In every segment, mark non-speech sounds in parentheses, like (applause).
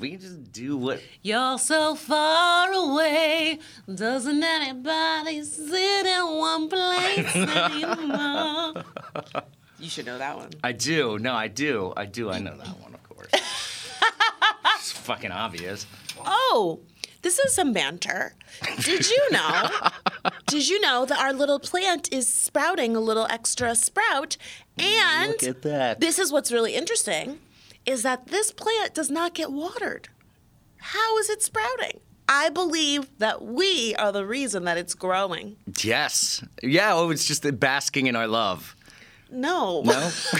We can just do what You're so far away. Doesn't anybody sit in one place anymore? (laughs) you should know that one. I do. No, I do. I do. I know that one, of (laughs) course. it's fucking obvious. Oh, this is some banter. Did you (laughs) know? did you know that our little plant is sprouting a little extra sprout? And Look at that. this is what's really interesting is that this plant does not get watered. How is it sprouting? I believe that we are the reason that it's growing. Yes. Yeah. Oh, it's just basking in our love. No. No. (laughs)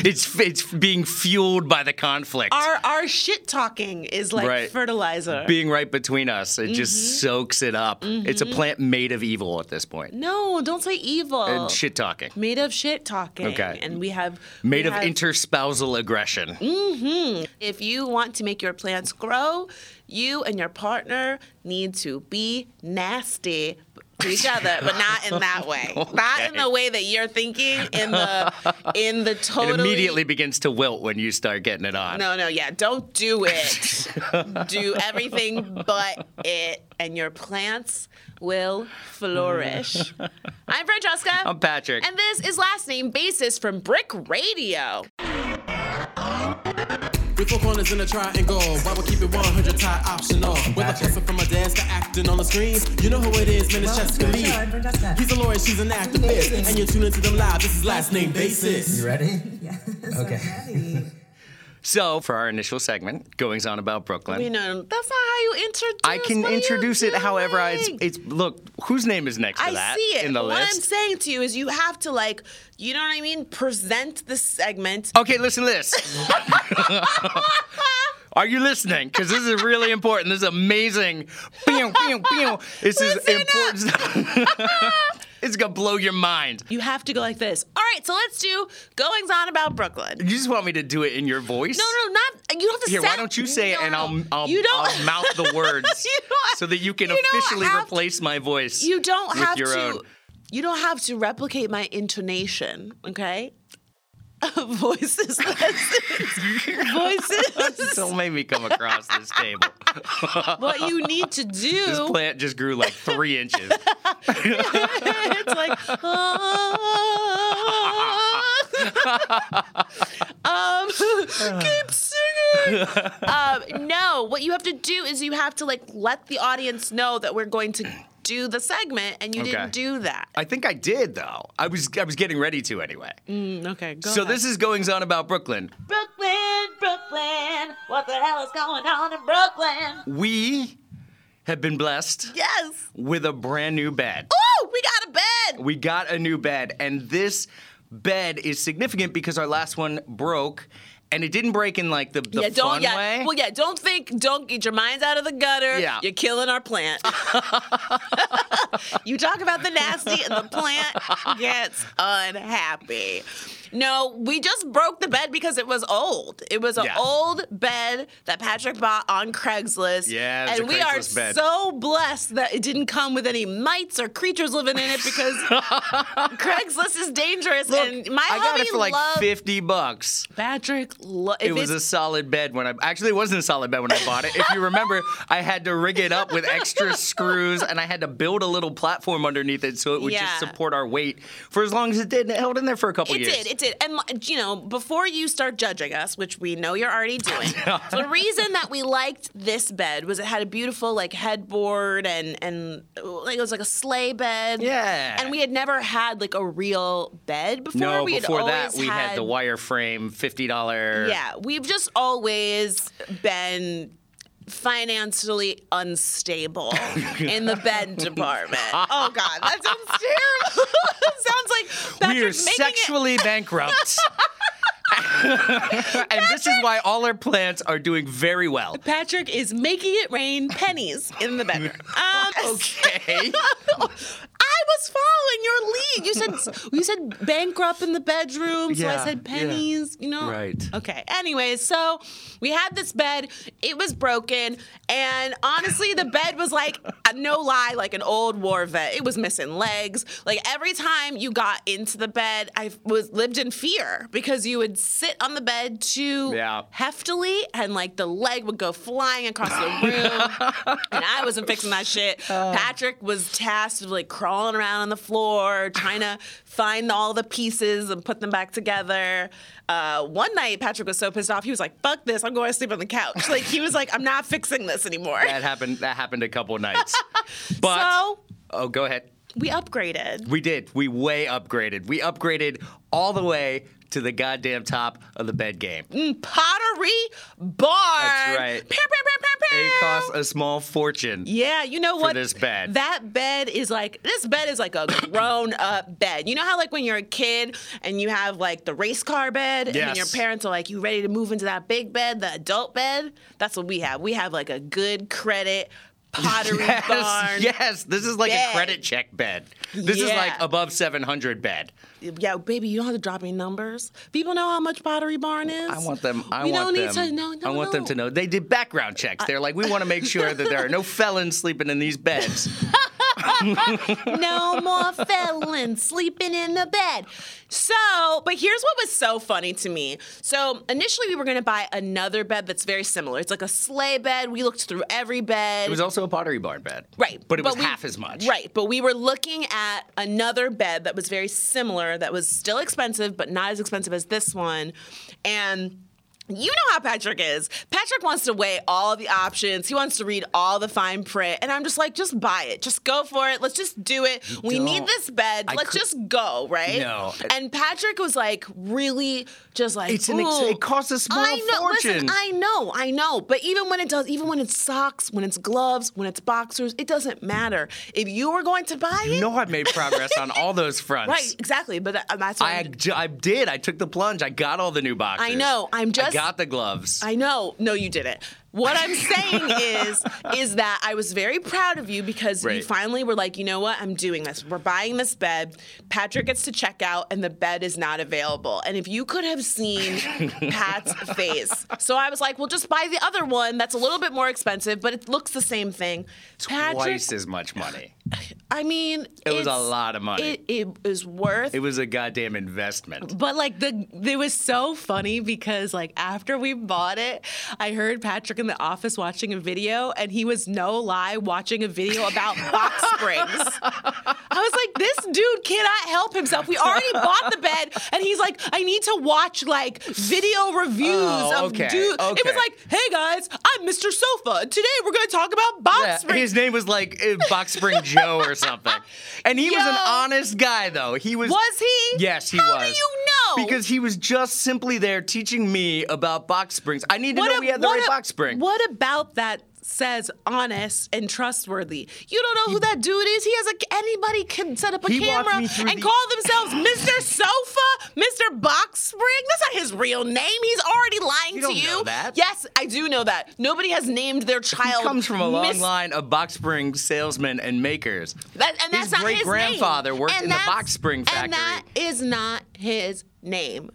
it's it's being fueled by the conflict. Our our shit talking is like Right. fertilizer. being right between us, it just Mm-hmm. soaks it up. It's a plant made of evil at this point. no, don't say evil. And shit talking. Made of shit talking. Okay. And we have Made we of have- interspousal aggression. If you want to make your plants grow, you and your partner need to be nasty to each other, but not in (laughs) that way. Not in the way that you're thinking. In the in the (laughs) totally. It immediately begins to wilt when you start getting it on. No, no, yeah. Don't do it. (laughs) do everything but it, and your plants will (laughs) flourish. I'm Francesca. I'm Patrick. And this is Last Name Basis from Brick Radio. With four corners in a triangle, why would keep it 100 tie optional? With a hustle from my dance to acting on the screen, you know who it is, man, it's Jessica Lee. I'm Francesca. He's a lawyer, she's an activist, and you're tuning to them live. This is Last Name Basis. You ready? Yes. Okay. So, for our initial segment, Goings On About Brooklyn, You know, that's not how you introduce. I can what are you introduce it however I. It's, doing? it's look whose name is next to I that see it. in the what I'm list. saying to you is you have to like, you know what I mean? Present the (laughs) segment. okay, listen to this. (laughs) Are you listening? Because this is really important. This is amazing. Pew, pew, pew. This is Listen important. stuff. (laughs) it's gonna blow your mind. You have to go like this. All right, so let's do goings on about Brooklyn. You just want me to do it in your voice? No, no, not you don't have to. Here, sound, why don't you say it no, and no. I'll I'll, you don't, I'll mouth the words You don't- so that you can you don't officially have to- replace my voice. (laughs) You don't with have your to. own. You don't have to replicate my intonation. Okay. (laughs) (laughs) Voices, (laughs) voices. Don't make me come across this (laughs) table. what you need to do. This plant just grew like three inches. it's like "Ah." (laughs) um, keep singing. Um, no, what you have to do is you have to like let the audience know that we're going to do the segment, and you Okay. didn't do that. I think I did though. I was I was getting ready to anyway. Mm, Okay, go. So this is goings on about Brooklyn. Brooklyn, Brooklyn, what the hell is going on in Brooklyn? We have been blessed yes. with a brand new bed. Oh, we got a bed. We got a new bed, and this bed is significant because our last one broke, and it didn't break in like the, the yeah, don't. fun yeah, way. well, yeah. Don't think. Don't get your minds out of the gutter. Yeah. you're killing our plant. (laughs) you talk about the nasty, and the plant gets unhappy. No, we just broke the bed because it was old. It was an Yeah. old bed that Patrick bought on Craigslist. Yeah, it was and a we are Craigslist bed. so blessed that it didn't come with any mites or creatures living in it (laughs) because Craigslist is dangerous. and my I got hubby it for like loved- fifty bucks. Patrick. Lo- if It was it's- a solid bed when I actually it wasn't a solid bed when I bought it. If you remember, I had to rig it up with (laughs) extra screws and I had to build a little platform underneath it so it would just Yeah. support our weight for as long as it did. And it held in there for a couple It years. did. It did. And like, you know, before you start judging us, which we know (laughs) you're already doing, the reason that we liked this bed was it had a beautiful like headboard and and like it was like a sleigh bed. Yeah. And we had never had like a real bed before. no, we before had that always we had, the wireframe fifty dollar. Yeah, we've just always been financially (laughs) unstable in the bed department. Oh God, that sounds terrible. (laughs) sounds like we are Patrick's making it sexually (laughs) bankrupt. (laughs) and this is why all our plants are doing very well. Patrick is (laughs) making it rain pennies in the bedroom. Um, Okay. (laughs) I was following your lead. You said you said bankrupt in the bedroom, so I Yeah, said yeah. pennies. You know, Right. Okay. Anyways, so we had this bed. It was broken, and honestly, the bed was like uh, no lie, like an old war vet. It was missing legs. Like every time you got into the bed, I was lived in fear because you would sit on the bed too Yeah. heftily, and like the leg would go flying across the (laughs) room, and I wasn't fixing that shit. Oh. Patrick was tasked with like crawling around on the floor, trying to find all the pieces and put them back together. Uh, one night, Patrick was so pissed off, he was like, "Fuck this! I'm going to sleep on the couch." (laughs) Like he was like, "I'm not fixing this anymore." That happened. That happened a couple (laughs) nights. But So- oh, go ahead. We upgraded. We did. We way upgraded. We upgraded all the way to the goddamn top of the bed game. Pottery bar. That's right. Pew, pew, pew, pew, It pew. costs a small fortune. Yeah, you know what? this bed. That bed is like this bed is like a (coughs) grown up bed. You know how like when you're a kid and you have like the race car bed, and then your Yes. parents are like, "You ready to move into that big bed, the adult bed?" That's what we have. We have like a good credit (laughs) pottery (laughs) Yes, barn. yes. This is like bed. a credit check bed. This is Yeah. like above 700 bed. Yeah, baby, you don't have to drop any numbers. People know how much pottery barn is. I want them. I we want don't them. need to know. No, I want them no. to know they did background checks. They're like, we want to make sure that there are (laughs) no felons sleeping in these beds. no more felons sleeping in the bed. So, but here's what was so funny to me. So, initially, we were going to buy another bed that's very similar. It's like a sleigh bed. We looked through every bed. It was also a pottery barn bed. Right. But it was we- half as much. Right. But we were looking at another bed that was very similar, that was still expensive, but not as expensive as this one. And you know how Patrick is. Patrick wants to weigh all the options. He wants to read all the fine print. And I'm just like, just buy it. Just go for it. Let's just do it. We need don't- this bed. I Let's could- just go, right? No. And Patrick was like, really just like, It's an ex- "Ooh." it costs a small I know, fortune. Listen, I know, I know. But even when it does, even when it's socks, when it's gloves, when it's boxers, it doesn't matter. If you were going to buy it, you know I've made progress on all (laughs) those fronts. right? Exactly. But that- that's what I, I'm- j- I did. I took the plunge. I got all the new boxes. I know. I'm just- I got the gloves. I know. No, you didn't. What I'm saying (laughs) is, is that I was very proud of you because you Right. finally were like, you know what? I'm doing this. We're buying this bed. Patrick gets to check out, and the bed is not available. And if you could (laughs) have seen Pat's face, so I was like, well, just buy the other one. That's a little bit more expensive, but it looks the same thing. Patrick, Twice as much money. I mean, It was a it's- lot of money. It, it is worth. It was a goddamn investment. But like the it was so funny because like after we bought it, I heard Patrick in the office watching a video and he was no lie watching a video about (laughs) box springs. I was like, this dude cannot help himself. We already bought the bed, and he's like, I need to watch like video reviews Oh, of okay, dudes. It was okay. like, hey guys, I'm Mr. Sofa. and Today we're gonna talk about (laughs) box Yeah, springs. his name was like uh, Box Spring Joe or something. And he was an Yo. honest guy, though. He was. Was he? Yes, he How was. do you know? Because he was just simply there teaching me about box springs. I need to know a- we had the what right a- box spring. What about that says honest and trustworthy? you don't know who that dude is. He has a anybody can set up a He walked camera me through and the- call themselves Mr. Sofa, Mr. Box Spring. That's not his real name. He's already lying You to don't you. know that. Yes, I do know that. Nobody has named their child. He comes from a long Mr. line of box spring salesmen and makers. That, and that's his not great his grandfather name. worked And in the that's- box spring factory. And that is not his name.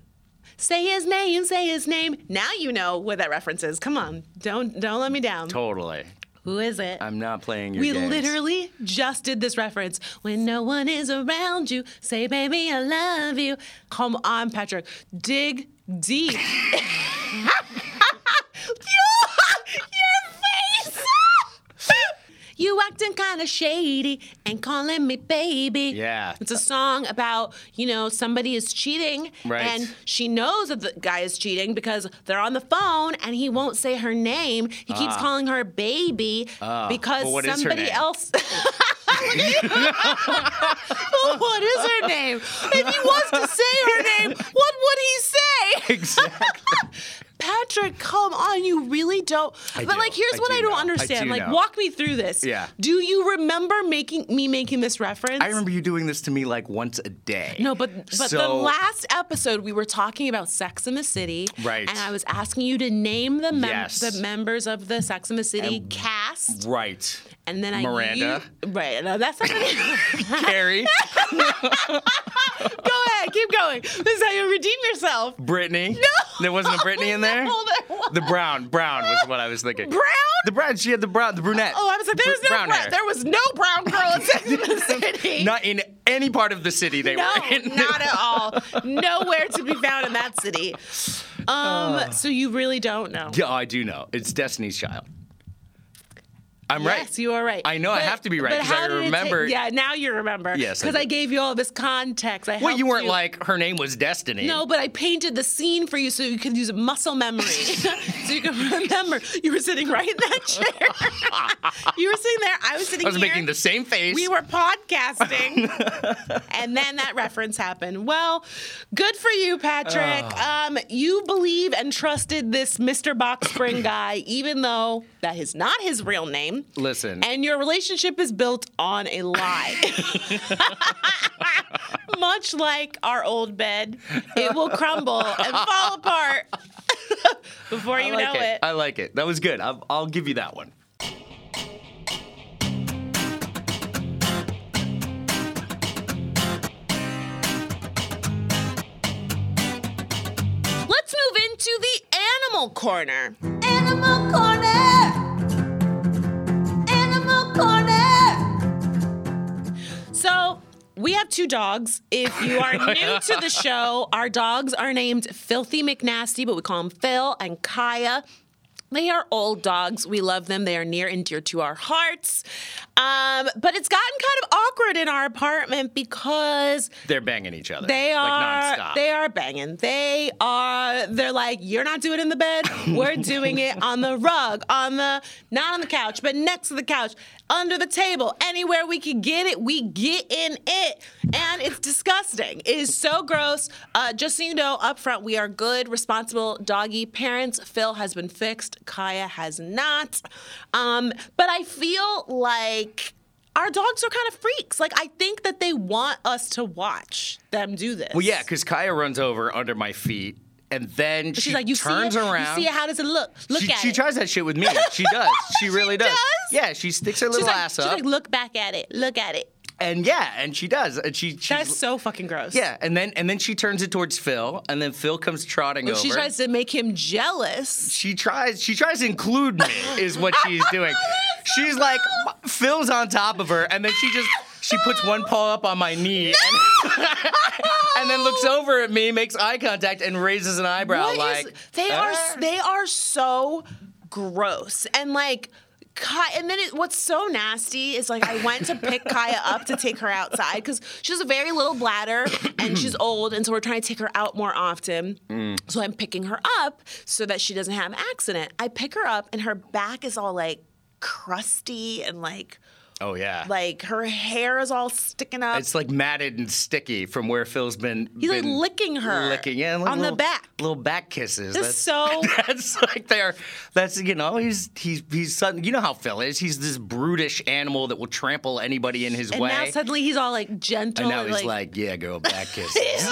Say his name. Say his name. Now you know what that reference is. Come on, don't don't let me down. Totally. Who is it? I'm not playing your we games. literally just did this reference. When no one is around you, say, baby, I love you. Come on, Patrick. Dig deep. (laughs) Your face. (laughs) You acting kind of shady and calling me baby. Yeah. It's a song about, you know, somebody is cheating. Right. And she knows that the guy is cheating because they're on the phone and he won't say her name. He Ah. keeps calling her baby because Well, what is her somebody name? else. (laughs) Look at you. (laughs) Well, what is her name? If he was to say her name, what would he (laughs) say? Exactly. Patrick, come on, you really don't. I but do. like, here's I what do I don't know. I understand. do like, know. walk me through this. Yeah. Do you remember making me making this reference? I remember you doing this to me like once a day. No, but but the So- last episode we were talking about Sex in the City, Right. And I was asking you to name the mem- Yes. the members of the Sex in the City cast, (laughs) Right. And then I Miranda. u- right. No, that's not Carrie, Go ahead, keep going. This is how you redeem yourself. (laughs) Brittany. No, there wasn't a Brittany in there. No, there wasn't. The brown, brown was what I was thinking. Brown? The brown. She had the brown, the brunette. Oh, I was like, there was no brown brown. hair. There was no brown girl in Sex and (laughs) the City. Not in any part of the city they no, were in. not at all. Nowhere to be found in that city. Um, so you really don't know. (laughs) Uh. Yeah, I do know. It's Destiny's Child. I'm right. Yes, you are right. I know, I have to be right, but 'cause I how did it take- remember- yeah, now you remember. Yes, I because I, do. gave you all this context. I Well, you helped weren't like her name was Destiny. No, but I painted the scene for you so you could use muscle (laughs) memory. so you can remember. You were sitting right in that (laughs) chair. you were sitting there. I was sitting I was here. making the same face. We were (laughs) podcasting. and then that reference happened. Well, good for you, Patrick. Um, you believe and trusted this (coughs) Mr. Boxspring guy, even though that is not his real name. Listen. And your relationship is built on (laughs) a lie. Much like our old bed, it will crumble and (laughs) fall apart (laughs) before I you like know it. I like it. That was good. I'll, I'll give you that one. Let's move into the animal corner. Animal Corner! Animal Corner! So we have two dogs. If you (laughs) are new to the show, our dogs are named Filthy McNasty, but we call them Phil and Kaya. They are old dogs. We love them. They are near and dear to our hearts. Um, but it's gotten kind of awkward in our apartment because They're banging each other. they like are nonstop. they are banging. They are they're like you're not doing it in the bed. (laughs) We're doing it on the rug, on the not on the couch, but next to the couch, under the table, anywhere we can get it, we get in it. And it's disgusting. It is so gross. Uh, just so you know up front, we are good, responsible doggy parents. Phil has been fixed, Kaya has not. Um, but I feel like our dogs are kind of freaks. Like I think that they want us to watch them do this. Well, yeah, because Kaya runs over under my feet, and then she's she like, you turns see it? around. You see it? How does it look? Look she, at she it. tries that shit with me. She (laughs) does. She really does. does? Yeah, she sticks her she's little like, ass she's up, like, look back at it. Look at it. and yeah, and she does. And she she's, That's so fucking gross. yeah, and then and then she turns it towards Phil, and then Phil comes trotting over. She tries to make him jealous. she tries she tries to include me is what (laughs) she's Oh, doing she's like phil's on top of her and then she just she puts one paw up on my knee and, (laughs) and then looks over at me makes eye contact and raises an eyebrow What like is- they are "Uh." they are so gross and like Ki- and then it, what's so nasty is like I went to pick Kaya up to take her outside because she has a very little bladder (clears throat) and she's old, and so we're trying to take her out more often. Mm. So I'm picking her up so that she doesn't have an accident. I pick her up and her back is all like crusty and like oh yeah like her hair is all sticking up. it's like matted and sticky from where phil's been He's like been licking her licking yeah like on the little- back. little back kisses It's so (laughs) that's like their that's you know he's he's he's sudden you know how phil is he's this brutish animal that will trample anybody in his and way now suddenly he's all like gentle And now and, he's like, yeah, girl, (laughs) back kisses.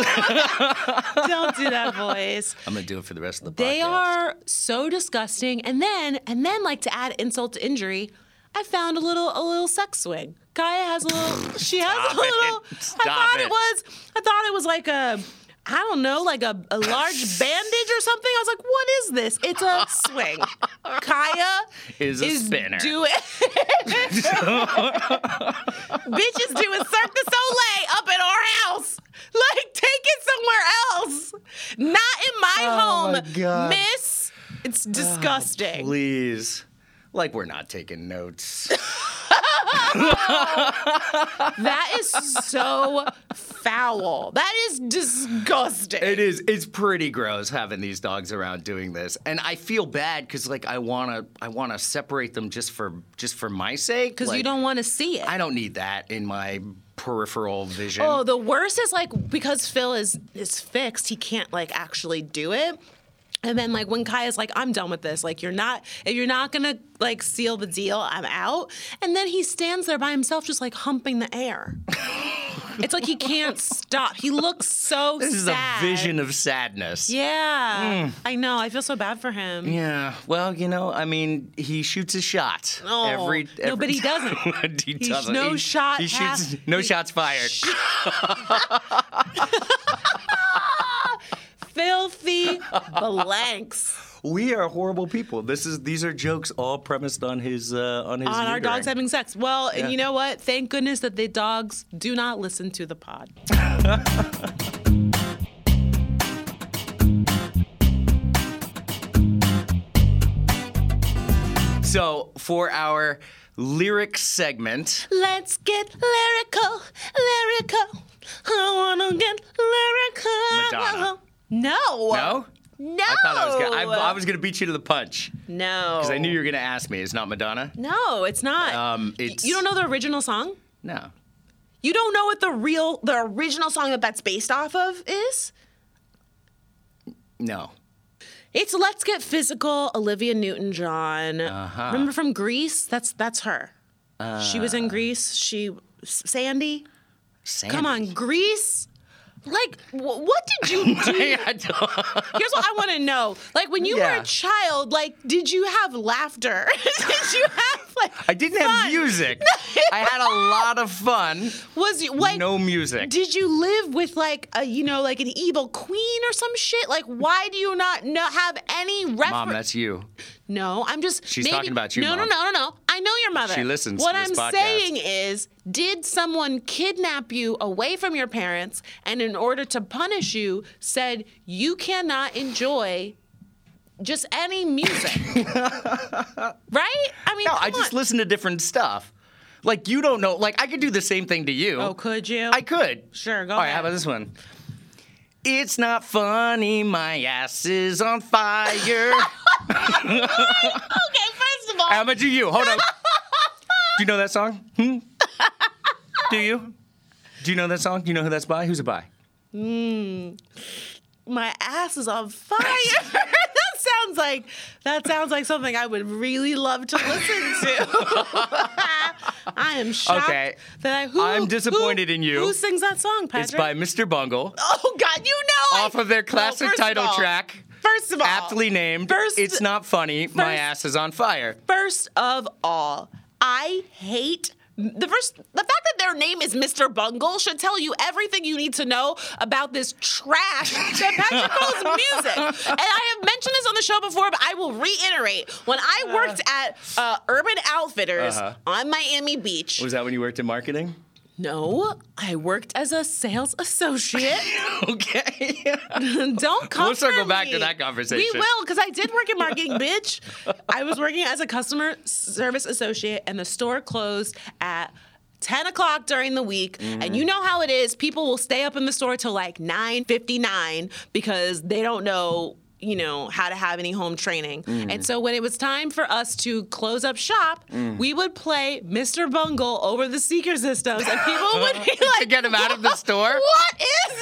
don't do that voice. I'm gonna do it for the rest of the podcast. They are so disgusting. And then, and then, like to add insult to injury, I found a little, a little sex swing. Kaya has a little. (laughs) she has Stop a little. it. I Stop thought it. it. was. I thought it was like a. I don't know, like a, (laughs) a large bandage or something. I was like, what is this? It's a swing. Kaya (laughs) Is a spinner. Doing, (laughs) bitches doing Cirque du Soleil up in our house. Like, take it somewhere else. Not in my home, Oh my God. miss. It's disgusting. Please. Like we're not taking (laughs) notes. that is so foul. That is disgusting. it is. It's pretty gross having these dogs around doing this, and I feel bad because like I wanna, I wanna separate them just for just for my sake. Because you Like, don't want to see it. I don't need that in my peripheral vision. Oh, the worst is like because Phil is is fixed, he can't like actually do it. And then like when Kaya's like, I'm done with this. Like you're not if you're not gonna like seal (laughs) the deal, I'm out. And then he stands there by himself just like humping the air. It's like he can't stop. He looks so This is sad. a vision of sadness. Yeah. I know. I feel so bad for him. Yeah. Well, you know, I mean, he shoots his shot. No. Every, Oh, No, every (laughs) but he doesn't. time. he He's doesn't. no he, shot He half- shoots. No he- shots fired. (laughs) Filthy blanks. We are horrible people. This is. These are jokes all premised on his. Uh, on his. On our neutering. dogs having sex. Well, Yeah. and you know what? Thank goodness that the dogs do not listen to the pod. So for our lyric segment, Let's get lyrical, lyrical. I wanna get lyrical. Madonna. No. no. No. I thought I was gonna. I, I was gonna beat you to the punch No. because I knew you were gonna ask me. It's not Madonna. No, it's not. Um, Y- it's- You don't know the original song? No. You don't know what the real, the original song that that's based off of is? No. It's "Let's Get Physical," Olivia Newton-John. Uh-huh. Remember from Greece? That's that's her. she Uh. was in Greece. She Sandy. Sandy. Come on, Greece. Like, wh- what did you do? (laughs) I don't- Here's what I want to know. Like, when you were Yeah. a child, like, did you have laughter? (laughs) did you have like? I didn't have fun? (laughs) music. I had a lot of fun. Was you like? no music. Did you live with like a you know like an evil queen or some shit? Like, why do you not know, have any reference? Mom, that's you. No, I'm just. She's maybe- talking about you, No, Mom. no, no, no, no. I know your mother. She listens What to this I'm podcast. saying is, did someone kidnap you away from your parents, and in order to punish you, said you cannot enjoy just any music, (laughs) right? I mean, No, come I just on. listen to different stuff. Like you don't know. Like I could do the same thing to you. Oh, could you? I could. Sure, go All right, ahead. how about this one? It's not funny. My ass is on (laughs) fire. Okay, first of all, how about you? You hold on. Do you know that song? Hmm? Do you? Do you know that song? Do you know who that's by? Who's it by? my ass is on fire. (laughs) that sounds like that sounds like something I would really love (laughs) to listen to. (laughs) I am shocked Okay. that I who, I'm who- disappointed in you. Who sings that song, Patrick? It's by Mr. Bungle Oh God, you know I- off of their No, classic first of title all- track. First of all, Aptly named, First- It's Not Funny, My first- Ass is on Fire. First of all, I hate the first the fact that their name is Mr. Bungle should tell you everything you need to know about this trash that (laughs) Patrick calls music. And I have mentioned this on the show before, but I will reiterate. When I worked at uh, Urban Outfitters Uh-huh. on Miami Beach, Was that when you worked in marketing? no, I worked as a sales associate. Okay. (laughs) Don't come. We'll circle for back me. to that conversation. We will, because I did work in marketing, (laughs) bitch. I was working as a customer service associate, and the store closed at. 10 o'clock during the week Mm. and you know how it is people will stay up in the store till like 9.59 because they don't know you know how to have any home training Mm. and so when it was time for us to close up shop Mm. we would play mr bungle over the seeker systems and people would (laughs) be like to get him out of the store? what is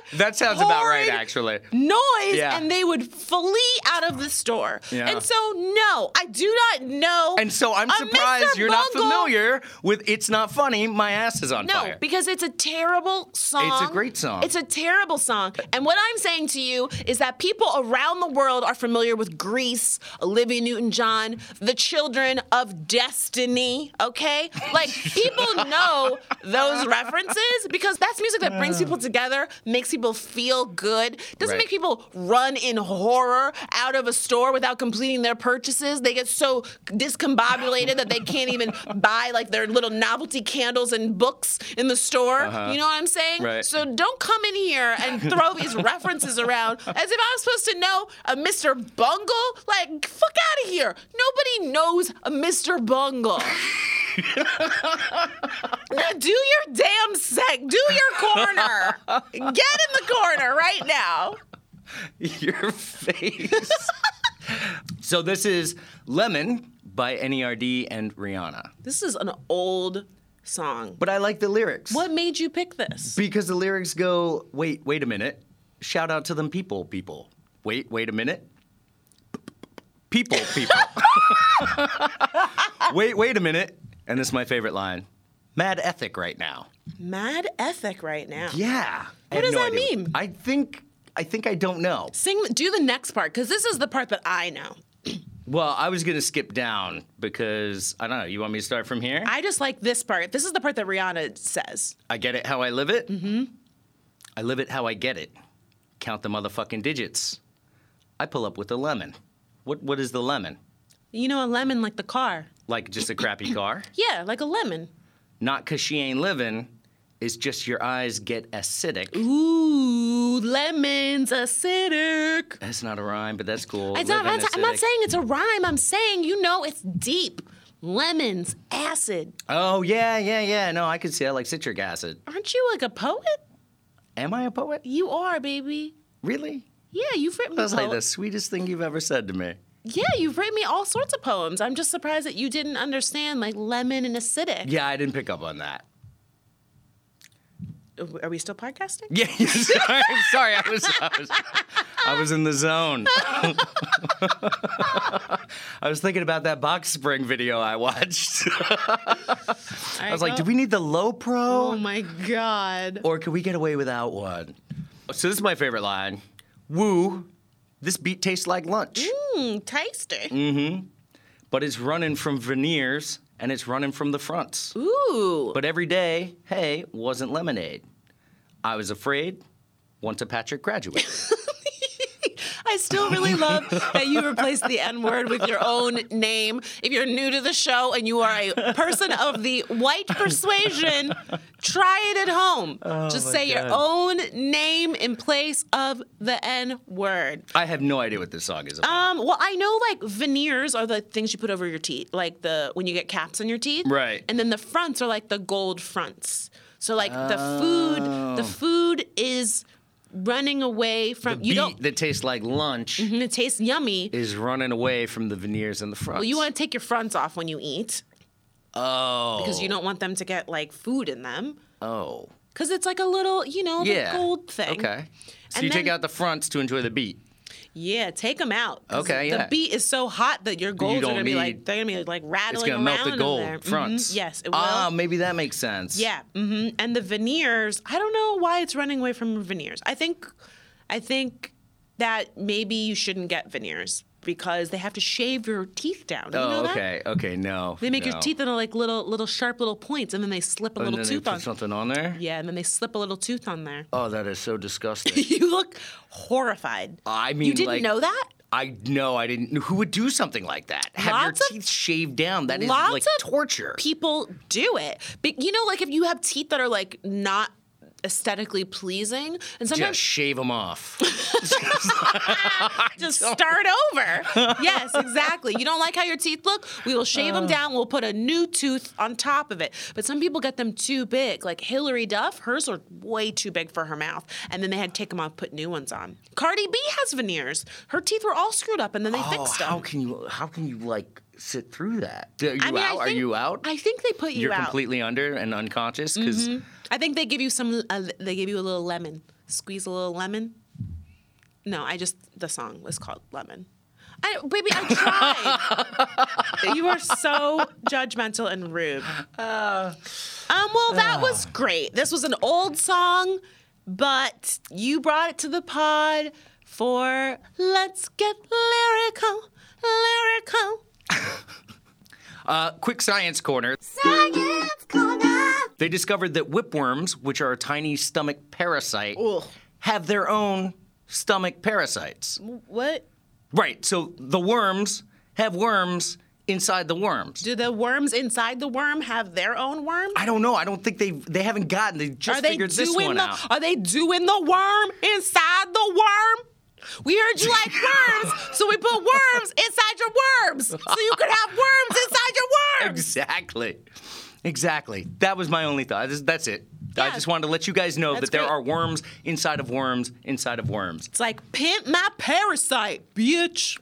(laughs) That sounds about right, horrid actually. Noise, Yeah. Oh. and they would flee out of the store. Yeah. And so, no, I do not know. And so I'm a surprised Mr. you're not Bungle- familiar with It's Not Funny, My Ass is on No, Fire. because it's a terrible song. great song. It's a terrible song. And what I'm saying to you is that people around the world are familiar with Grease, Olivia Newton John, the children of destiny, okay? Like, people know those references because that's music that brings people together, makes people feel good, doesn't Right. make people run in horror out of a store without completing their purchases. They get so discombobulated that they can't even buy like their little novelty candles and books in the store. You know what I'm saying? Right. So don't come in here and (laughs) throw these references around as if I'm supposed to know a Mr. Bungle. Like, fuck out of here. Nobody knows a Mr. (laughs) Bungle. Now do your damn sec. Do your corner. Get in the corner right now. (laughs) Your face. (laughs) so this is Lemon by NERD and Rihanna. This is an old song. But I like the lyrics. What made you pick this? Because the lyrics go, wait, wait a minute. Shout out to them people, people. Wait, wait a minute. People, (laughs) (laughs) people. wait, wait a minute. And this is my favorite line. mad ethic right now. Mad ethic right now. Yeah. What does that mean? I think I think I don't know. Sing. Do the next part because this is the part that I know. Well, I was gonna skip down because I don't know. You want me to start from here? I just like this part. This is the part that Rihanna says. I get it how I live it. Mm-hmm. I live it how I get it. Count the motherfucking digits. I pull up with a lemon. What what is the lemon? You know, a lemon like the car. Like just a crappy (coughs) car? Yeah, like a lemon. Not cause she ain't living. It's just your eyes get acidic. Ooh, lemons acidic. That's not a rhyme, but that's cool. It's not, I'm, Living not, I'm not acidic. saying it's a rhyme. I'm saying you know it's deep. Lemons, acid. Oh yeah, yeah, yeah. No, I could see. I like citric acid. Aren't you like a poet? Am I a poet? You are, baby. Really? Yeah, you've written That's like the poems. sweetest thing you've ever said to me. Yeah, you've written me all sorts of poems. I'm just surprised that you didn't understand like lemon and acidic. Yeah, I didn't pick up on that. Oh, Are we still podcasting? (laughs) Yeah, yeah, (laughs) sorry, I'm sorry. I was, I was, I was in the zone. (laughs) I was thinking about that box spring video I watched. (laughs) I was like, do we need the low pro? Oh my god. or could we get away without one? So this is my favorite line. Woo, this beat tastes like lunch, Mm, tasty. but it's running from veneers and it's running from the fronts. Ooh. But every day, hey, wasn't lemonade. I was afraid once a Patrick (laughs) graduated. I still really love that you replaced the N word with your own name. If you're new to the show and you are a person of the white persuasion, try it at home. Just say your own name in place of the N word. I have no idea what this song is about. Um, well, I know like veneers are the things you put over your teeth, like the when you get caps on your teeth. Right. And then the fronts are like the gold fronts. So like the food, the food is running away from you beat don't. Mm-hmm. that tastes like lunch and (laughs) it tastes yummy. is running away from the veneers and the front. Well, Oh, you want to take your fronts off when you eat oh because you don't want them to get like food in them. oh Because it's like a little, you know, the yeah gold thing. Okay, so And you take then- out the fronts to enjoy the beat. Yeah, take them out. 'cause Okay, The yeah. beat is so hot that your golds are don't gonna be like need- they're gonna be like rattling It's gonna around melt the in gold there. Mhm, fronts. Yes, it will. Ah, maybe that makes sense. Yeah, hmm and the veneers. I don't know why it's running away from veneers. I think, I think that maybe you shouldn't get veneers because they have to shave your teeth down. You Oh, know that? okay. Okay. No. They make no. your teeth into like little, little sharp little points, and then they slip a And little then they tooth put on. something on there. Yeah, and then they slip a little tooth on there. (laughs) Oh, that is so disgusting. You look horrified. I mean, you didn't like, know that. I know I didn't. Who would do something like that? Have Lots your of- teeth shaved down? That is lots like of torture. People do it, but you know, like if you have teeth that are like not aesthetically pleasing, and sometimes ah, Just shave them (laughs) off. (laughs) just start over. yes, exactly. You don't like how your teeth look? We will shave Uh. them down. We'll put a new tooth on top of it. But some people get them too big. Like Hillary Duff, hers are way too big for her mouth, and then they had to take them off, put new ones on. Cardi B has veneers. Her teeth were all screwed up, and then they Oh, fixed them. how can you? How can you like sit through that? Are you I mean, I out? Are think- you out? I think they put you You're out. Mm-hmm. completely under and unconscious because I think they give you some. Uh, they give you a little lemon. Squeeze a little lemon. No, I just the song was called Lemon. I, baby, I (laughs) tried. you are so judgmental and rude. Uh, um. Well, that was great. This was an old song, but you brought it to the pod for let's get lyrical, lyrical. uh, quick science corner. Science Corner. They discovered that whipworms, which are a tiny stomach parasite, have their own stomach parasites. What Right. So the worms have worms inside the worms. do the worms inside the worm have their own worm? I don't know. I don't think they they haven't gotten. They just Are they figured doing this one the? (laughs) out. Are they doing the worm inside the worm? We heard you (laughs) like worms, so we put worms inside your worms, so you could have worms inside your worms. Exactly. Exactly. That was my only thought. This- That's it. I Yeah. just wanted to let you guys know That's that there great. are worms inside of worms inside of worms. It's like pimp my parasite, (laughs) bitch.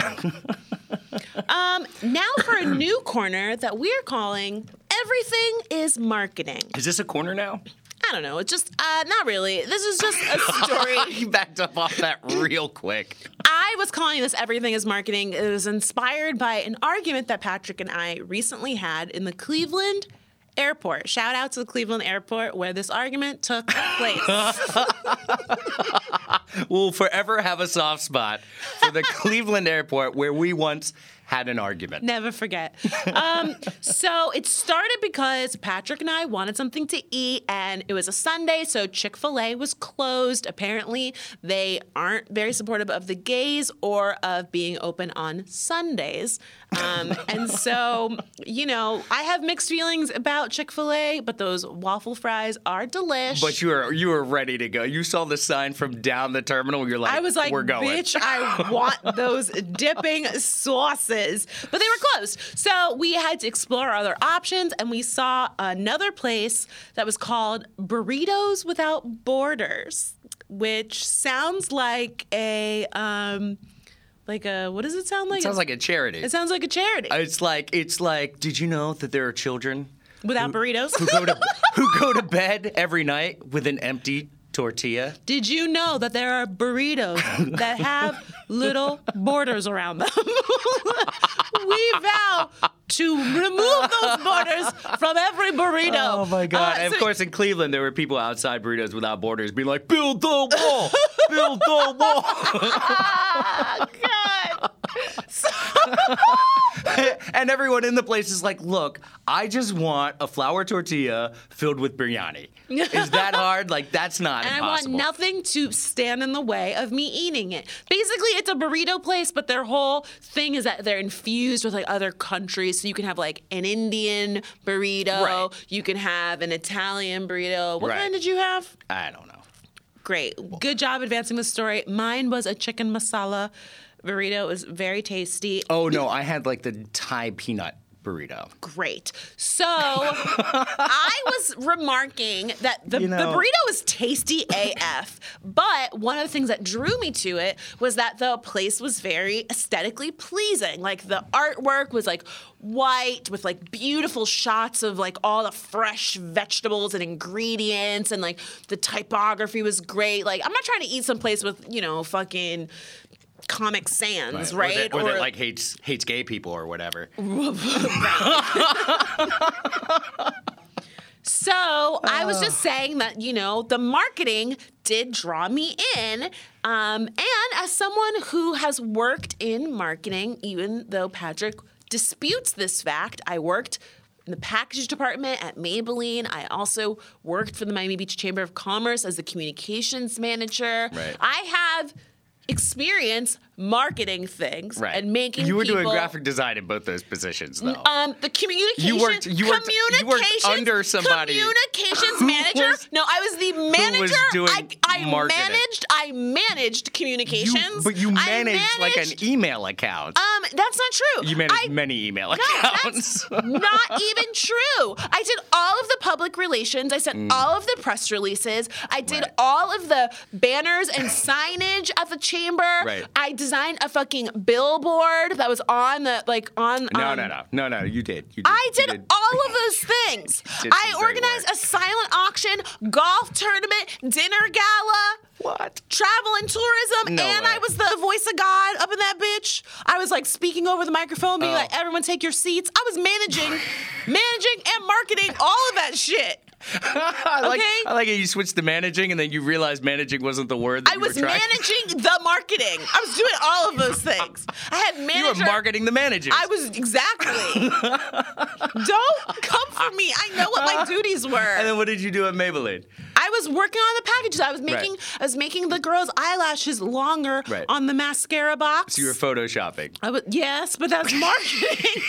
um, now for a new corner that we're calling "Everything Is Marketing." Is this a corner now? (laughs) I don't know. It's just uh, not really. This is just (laughs) a story. He backed up off (laughs) that real quick. I was calling this Everything is Marketing. It was inspired by an argument that Patrick and I recently had in the Cleveland Airport. Shout out to the Cleveland Airport where this argument took place. We'll forever have a soft spot for (laughs) the Cleveland airport where we once had an argument. (laughs) Never forget. Um, so it started because Patrick and I wanted something to eat, and it was a Sunday, so Chick fil A was closed. Apparently, they aren't very supportive of the gays or of being open on Sundays. Um, and so, you know, I have mixed feelings about Chick fil A, but those waffle fries are delish. But you were you were ready to go. You saw the sign from down the terminal. You're like, I was like, we're going. bitch, (laughs) I want those dipping sauces. But they were closed. So we had to explore other options and we saw another place that was called Burritos Without Borders, which sounds like a um like a what does it sound like? It sounds like a charity. it sounds like a charity. It's like it's like. Did you know that there are children without (laughs) burritos. who go to who go to bed every night with an empty tortilla? Did you know that there are burritos that have little borders around them? (laughs) we vow to remove those borders from every burrito. Oh my god! Uh, and of so- course, in Cleveland, there were people outside Burritos Without Borders being like, "Build the wall, build the wall," Ah, God. and everyone in the place is like, "Look, I just want a flour tortilla filled with biryani. Is that hard? Like, that's not (laughs) And I want impossible." nothing to stand in the way of me eating it. Basically, it's a burrito place, but their whole thing is that they're infused with like other countries. So you can have like an Indian burrito, Right. you can have an Italian burrito. What Right. kind did you have? I don't know. Great. Good job advancing the story. Mine was a chicken masala burrito. It was very tasty. Oh no, I had like the Thai peanut burrito. Great. (laughs) So I was remarking that the, You the know- burrito was tasty AF, but one of the things that drew me to it was that the place was very aesthetically pleasing. Like the artwork was like white with like beautiful shots of like all the fresh vegetables and ingredients and like the typography was great. Like I'm not trying to eat someplace with, you know, fucking Comic Sans, right? Or that, or that, like hates hates gay people or whatever. So I was Ah. just saying that, you know, the marketing did draw me in. Um, and as someone who has worked in marketing, even though Patrick disputes this fact, I worked in the package department at Maybelline. I also worked for the Miami Beach Chamber of Commerce as the communications manager. Right. I have experience marketing things Right. and making You were doing people- graphic design in both those positions though. um, the communications. You worked- you worked- you worked communications- under somebody (laughs) Communications who manager. was- no, I was the was manager. doing I, I marketing. managed. I managed You- communications. but you I managed, like an managed- email account. Um, that's not true. you managed I- many email no, accounts. (laughs) (laughs) that's not even true. I did all of the public relations. I sent all of the press releases. I did Mm. Right. all of the (laughs) banners and signage at the chamber. Right. I designed a fucking billboard that was on the like on. no, um, no, no, no, no. You did. You did I you did (laughs) all of those things. did I some great organized work. a silent auction, golf tournament, dinner gala, What? (laughs) travel and tourism, No and way. I was the voice of God up in that bitch. I was like speaking over the microphone, being Oh. like, "Everyone, take your seats." I was managing, managing and marketing all of that shit. I like, Okay. I like it. You switched to managing, and then you realized managing wasn't the word that I you was were trying. managing the marketing. I was doing all of those things. I had (laughs) You were manager. marketing the managers. I was (laughs) exactly. Don't come for me. I know what my duties were. And then what did you do at Maybelline? I was working on the packages. I was making Right. I was making the girls' eyelashes longer Right. on the mascara box. You were photoshopping. I was, yes, (laughs) but that's marketing.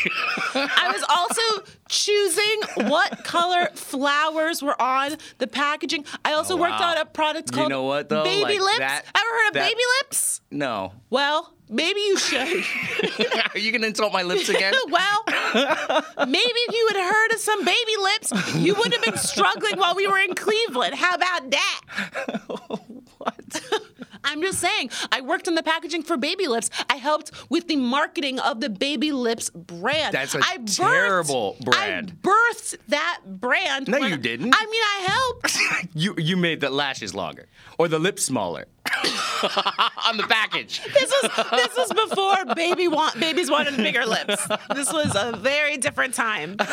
I was also choosing what color flowers were on the packaging. I also Oh, worked wow. on a product You called know what, though? Baby Like, Lips. that- Ever heard of that- Baby Lips? No. (laughs) Well, maybe you should. Are you gonna insult my lips again? (laughs) well, maybe if you had heard of some baby lips, you wouldn't have been struggling while we were in Cleveland. How (laughs) about that? (laughs) I'm just saying, I worked on the packaging for Baby Lips. I helped with the marketing of the Baby Lips brand. That's a I birthed- terrible brand. I birthed that brand. No, when- you didn't. I mean, I helped. (laughs) you you made the lashes longer or the lips smaller. (laughs) on the package. This was this was before baby want babies wanted bigger lips. This was a very different time. All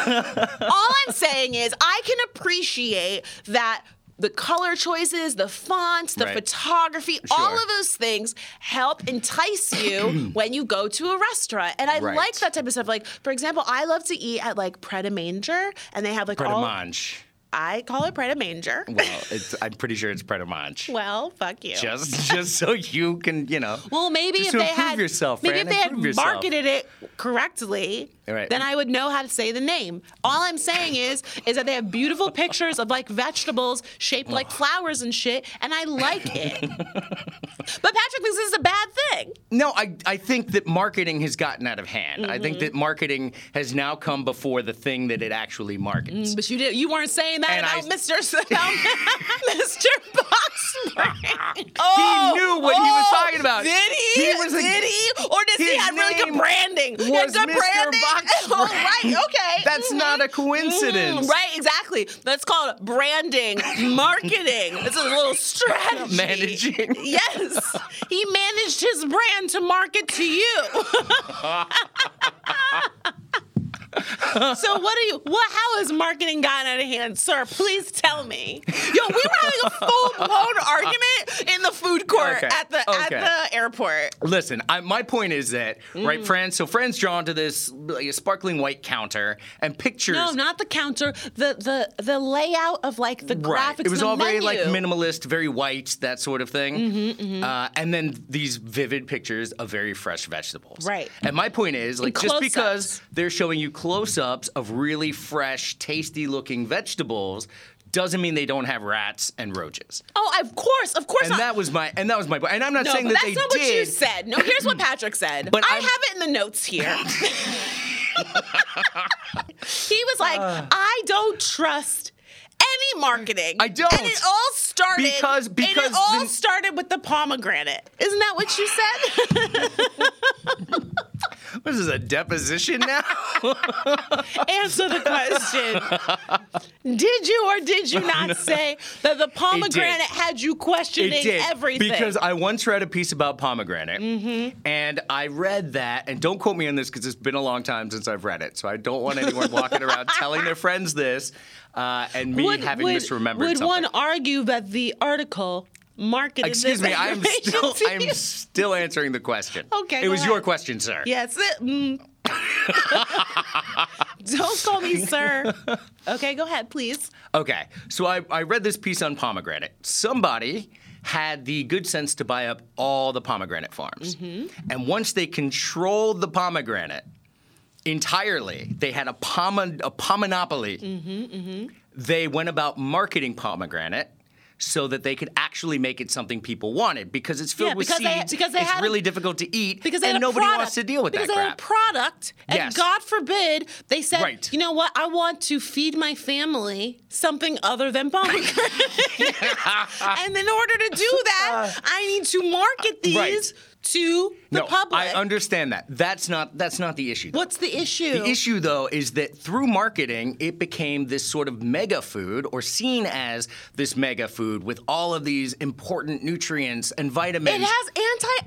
I'm saying is I can appreciate that the color choices, the fonts, the Right. photography, all Sure. of those things help entice (clears throat) you when you go to a restaurant. And I Right. like that type of stuff. Like, for example, I love to eat at like Pret a Manger, and they have like Pret a all Mange. I call it Pret a Manger. Well, it's, I'm pretty sure it's Pret a Mange. (laughs) Well, fuck you. Just, just so you can, you know. Well, maybe just to if they improve had yourself, maybe Fran, if they had improve yourself. marketed it correctly, Right. then I would know how to say the name. All I'm saying is is that they (laughs) have beautiful pictures of like vegetables shaped like flowers and shit, and I like (laughs) it. but Patrick thinks this is a bad thing. No, I, I think that marketing has gotten out of hand. I Mm-hmm. think that marketing has now come before the thing that it actually markets. But you did you weren't saying that And I- (laughs) about Mr. (laughs) about Mr. Boxberg. He knew what he was oh, talking about. Did he? He was a- did he? Or does he His have really good name branding? He had was good Mr. branding. (laughs) Boxberg. All right. Okay. (laughs) That's Mhm. not a coincidence. Mhm, Right, exactly. That's called branding, (laughs) marketing. This is a little strategy. Managing. (laughs) Yes. He managed his brand to market to you. so what are you what how has marketing gotten out of hand, sir? Please tell me. Yo, we were having (laughs) a full-blown argument in the food court Okay, at the okay. at the airport. Listen, I, my point is that, Mm. right, friends? So, friends drawn to this like, sparkling white counter and pictures. No, not the counter. The the the layout of like the Right. graphics. It was the all very menu. Mm-hmm, like minimalist, very white, that sort of thing. Uh, and then these vivid pictures of very fresh vegetables. Right. And my point is, like, just close-ups. because they're showing you close-ups of really fresh, tasty-looking vegetables. Doesn't mean they don't have rats and roaches, Oh, of course, of course and not. that was my and that was my. And I'm not no, saying but that that's they not did. what you said. No, (clears throat) here's what Patrick said. But I I'm- have it in the (laughs) notes here. he was like, Uh. I don't trust any marketing. I don't. And it all started Because- and because it all the- started with the pomegranate. Isn't that what you said? (laughs) This is a deposition now. Answer the question. did you or (laughs) did you not say that the pomegranate had you questioning it did everything? Mm-hmm. because I once read a piece about pomegranate, and I read that. And don't quote me on this because it's been a long time since I've read it, so I don't want anyone walking (laughs) around telling their friends this uh, and me having misremembered would something. one argue that the article marketed Excuse (laughs) this me, I'm still information to I'm you? still answering the question. (laughs) Okay, it go was your ahead. question, sir. Yes. It, (laughs) mm. Don't call me sir. Okay, go ahead, please. Okay, so I, I read this piece on pomegranate. Somebody had the good sense to buy up all the pomegranate farms. Mm-hmm. And once they controlled the pomegranate entirely, they had a, pomo- a pomonopoly. Mm-hmm, They went about marketing pomegranate. So that they could actually make it something people wanted because it's filled Yeah, with because they- seeds. because they it's had a- really difficult to eat, Because they and had a nobody product. wants to deal with because that they crap. had a product, and Yes. God forbid they said, Right. you know what? I want to feed my family something other than pomegranate. (laughs) (laughs) and in order to do that, I need to market these Right. to the no, public. I understand that. That's not that's not the issue. though. What's the issue? The issue, though, is that through marketing, it became this sort of mega food or seen as this mega food with all of these important nutrients and vitamins. It has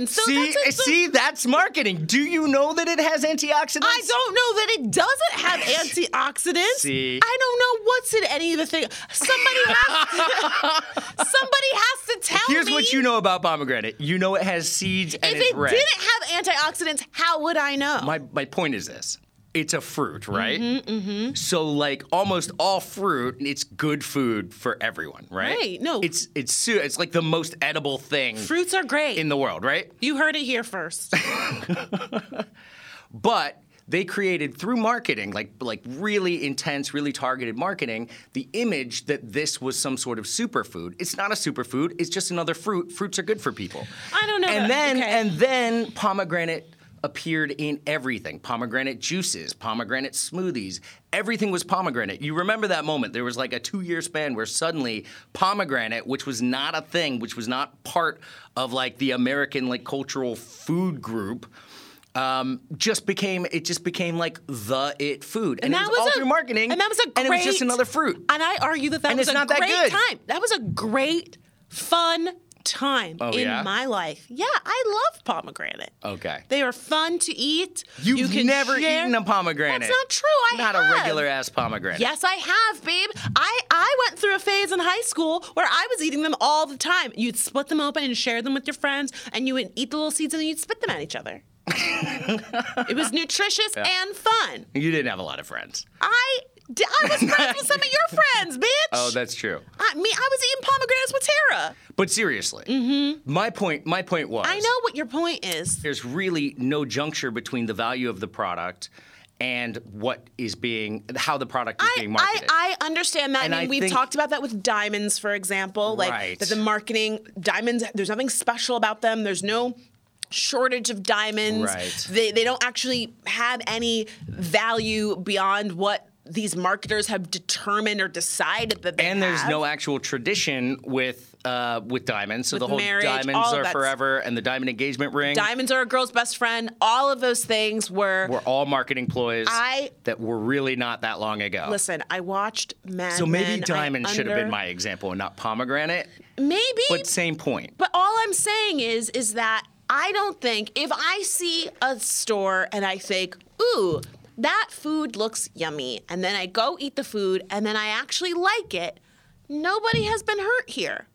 antioxidants. So see, that's a, see, that's marketing. Do you know that it has antioxidants? I don't know that it doesn't (laughs) have antioxidants. See? I don't know what's in any of the things. Somebody has to, (laughs) somebody has to tell Here's me. what you know about pomegranate. You know it has seeds and If it's it red. didn't have antioxidants, how would I know? my my point is this. It's a fruit, Mm-hmm, right? So like almost all fruit, it's good food for everyone, right? Right, no. It's it's su- it's like the most edible thing Fruits are great. in the world, right? you heard it here first. but they created through marketing like like really intense really targeted marketing the image that this was some sort of superfood it's not a superfood it's just another fruit fruits are good for people I don't know and that- then okay. and then pomegranate appeared in everything pomegranate juices pomegranate smoothies everything was pomegranate you remember that moment there was like a 2 year span where suddenly pomegranate which was not a thing which was not part of like the american like cultural food group um, just became it just became like the it food, and, it was, all a- through marketing, And that was a great. and it was just another fruit. And I argue that that And was it's a not that great good. time. That was a great, fun time Oh, in yeah? my life. Yeah, I love pomegranate. Okay. They are fun to eat. You've You can never share- eaten a pomegranate. That's not true. I Not have. a regular ass pomegranate. Yes, I have, babe. I, I went through a phase in high school where I was eating them all the time. You'd split them open and share them with your friends, and you would eat the little seeds and then you'd spit them at (laughs) each other. it was nutritious and fun. You didn't have a lot of friends. I, d- I (laughs) was friends with some of your friends, bitch. Oh, that's true. I, me, I was eating pomegranates with Tara. But seriously, my point my point was Mm-hmm. I know what your point is. there's really no juncture between the value of the product and what is being how the product is I, being marketed. I, I understand that. And I mean, I we've think- talked about that with diamonds, for example. Like Right. that the marketing diamonds, there's nothing special about them. There's no shortage of diamonds. Right. They they don't actually have any value beyond what these marketers have determined or decided that they and there's have. no actual tradition with uh, with diamonds. So With the whole marriage, all diamonds of are that's- forever and the diamond engagement ring diamonds are a girl's best friend. All of those things were. were all marketing ploys I- that were really not that long ago. Listen, I watched Mad so maybe Men. I diamond should have been under- my example and not pomegranate. maybe. But same point. But all I'm saying is, is that I don't think if I see a store and I think, ooh, that food looks yummy, and then I go eat the food and then I actually like it, nobody has been hurt here.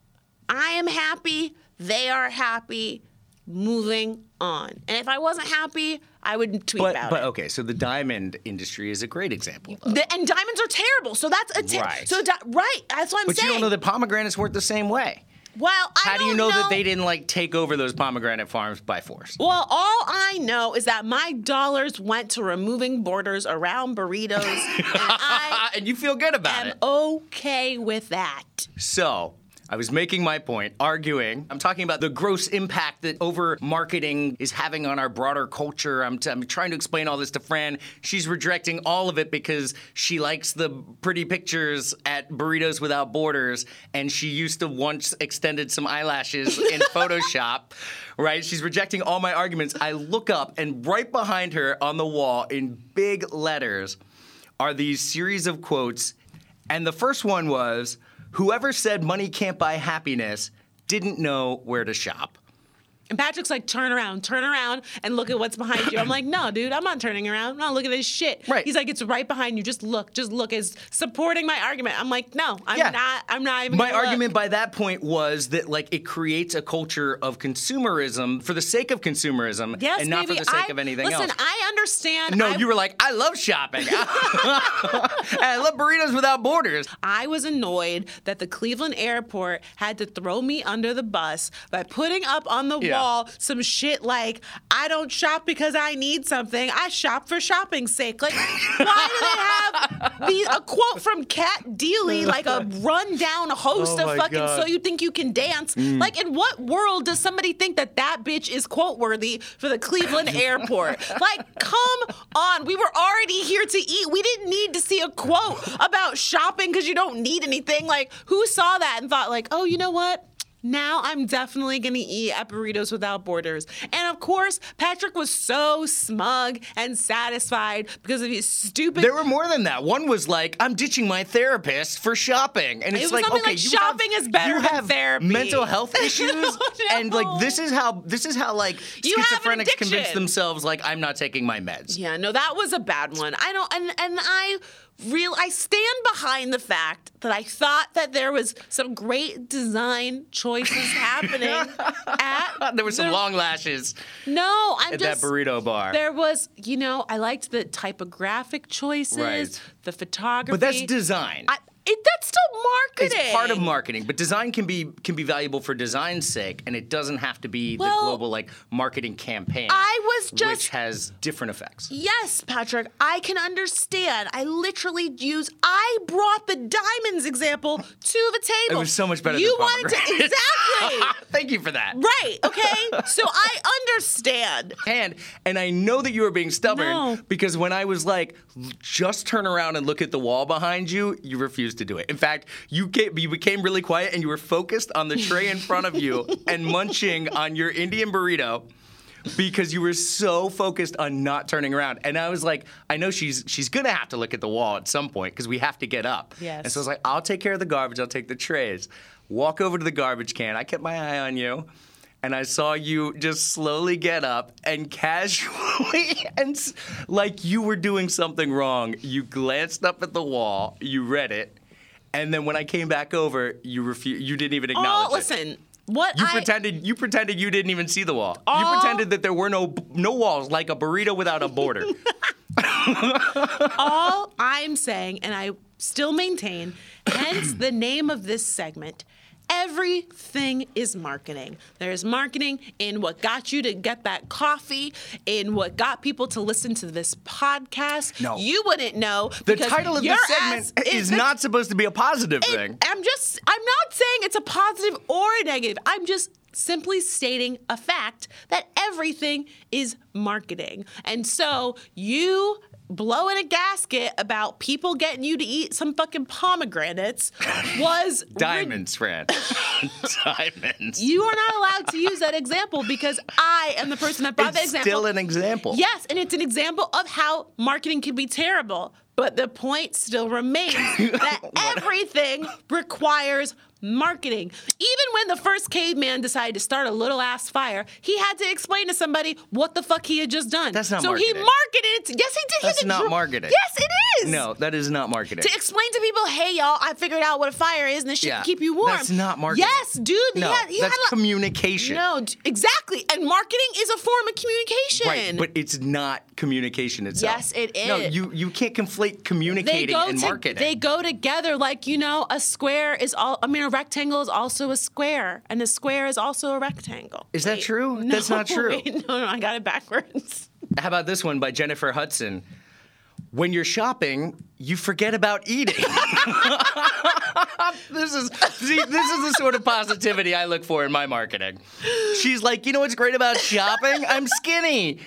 I am happy. They are happy. Moving on. And if I wasn't happy, I would tweet But, about but it. okay, so the diamond industry is a great example. of- The- and diamonds are terrible, so that's a ter- Right. so di- right. That's what I'm But saying. you don't know that pomegranates weren't the same way. well, I How do you don't know, that they didn't like take over those pomegranate farms by force? Well, all I know is that my dollars went to removing borders around (laughs) burritos, and I and you feel good about am it. okay with that. So I was making my point, arguing. I'm talking about the gross impact that over marketing is having on our broader culture. I'm, t- I'm trying to explain all this to Fran. She's rejecting all of it because she likes the pretty pictures at Burritos Without Borders, and she used to once extended some eyelashes in Photoshop. Right? She's rejecting all my arguments. I look up, and right behind her on the wall in big letters are these series of quotes. And the first one was Whoever said money can't buy happiness didn't know where to shop. And Patrick's like, turn around, turn around, and look at what's behind you. I'm like, no, dude, I'm not turning around. I'm not looking at this shit. Right. He's like, it's right behind you. Just look, just look. Is supporting my argument. I'm like, no, I'm Yeah. not. I'm not even. My gonna look." argument by that point was that like it creates a culture of consumerism for the sake of consumerism Yes, and not baby, for the sake I- of anything listen, else. I understand. no, I- you were like, I love shopping. (laughs) (laughs) And I love burritos without borders. I was annoyed that the Cleveland airport had to throw me under the bus by putting up on the Yeah. wall some shit like, I don't shop because I need something. I shop for shopping's sake. (laughs) Like, why do they have the, a quote from Kat Deely, (laughs) like a rundown host Oh my of fucking God. So You Think You Can Dance? Like, in what world does somebody think that that bitch is quote worthy for the Cleveland airport? Like, come on. We were already here to eat. We didn't need to see a quote about shopping because you don't need anything. Like, who saw that and thought, like, oh, you know what? Now I'm definitely gonna eat at Burritos Without Borders. And of course, Patrick was so smug and satisfied because of his stupid. There were more than that. One was like, I'm ditching my therapist for shopping. And it's was like, something okay, like, you shopping have, is better you than have therapy. mental (laughs) health issues. And like no. this is how this is how like You have an schizophrenics convince addiction. themselves like I'm not taking my meds. Yeah, no, that was a bad one. I don't, and and I real I stand behind the fact that I thought that there was some great design choices (laughs) happening at There were some long lashes no, I'm at just that burrito bar. There was, you know, I liked the typographic choices, Right. the photography. but that's design. I, it, that's still marketing. it's part of marketing, but design can be can be valuable for design's sake, and it doesn't have to be Well, the global like marketing campaign. I was which just- has different effects. Yes, Patrick, I can understand. I literally use. I brought the diamonds example to the It table. was so much better. You than wanted (laughs) to pomegranate. (laughs) exactly Thank you for that. right. Okay, so I understand. hand. And I know that you were being stubborn No. because when I was like, just turn around and look at the wall behind you, you refused to do it. In fact, you ca- you became really quiet and you were focused on the tray in front of you and munching on your Indian burrito. because you were so focused on not turning around. And I was like, I know she's she's gonna have to look at the wall at some point because we have to get up. Yes. And so I was like, I'll take care of the garbage. I'll take the trays. Walk over to the garbage can. I kept my eye on you. And I saw you just slowly get up and (laughs) casually, and s- like you were doing something wrong, you glanced up at the wall, you read it, and then when I came back over, you refu- you didn't even acknowledge it. All, Oh, listen, what You I pretended you pretended you didn't even see the wall. All- you pretended that there were no no walls, like a burrito without a (laughs) border. all I'm saying, and I still maintain, hence the name of this segment. Everything is marketing. There's marketing in what got you to get that coffee, in what got people to listen to this podcast. No. You wouldn't know. the because title of your this segment ass is the- not supposed to be a positive it- thing. I'm just I'm not saying it's a positive or a negative. I'm just simply stating a fact that everything is marketing. And so you blowing a gasket about people getting you to eat some (laughs) fucking pomegranates was Diamonds, Fran. (laughs) Diamonds. you are not allowed to use that example because I am the person that brought that it's example. still an example. Yes, and it's an example of how marketing can be terrible. But the point (laughs) still remains that everything requires marketing. Even when the first caveman decided to start a little ass fire, he had to explain to somebody what the fuck he had just done. That's not so he marketing. marketed. it- Yes, he did. He That's did not dr- marketing. Yes, it is. No, that is not marketing. To explain to people, hey y'all, I figured out what a fire is and this shit Yeah, can keep you warm. That's not marketing. Yes, dude. he No, had- he that's had a- communication. No, d- exactly. And marketing is a form of communication. Right, but it's not communication itself. Yes, it No, is. you you can't conflate they communicating go and to- marketing. They go together. Like you know, a square is all. I mean, a rectangle is also a square, and a square is also a rectangle. Is that Wait, true? No, That's not (laughs) true. wait, no, no, I got it backwards. (laughs) How about this one by Jennifer Hudson? When you're shopping, you forget about eating. (laughs) this is see, this is the sort of positivity I look for in my marketing. She's like, you know what's great about shopping? I'm skinny.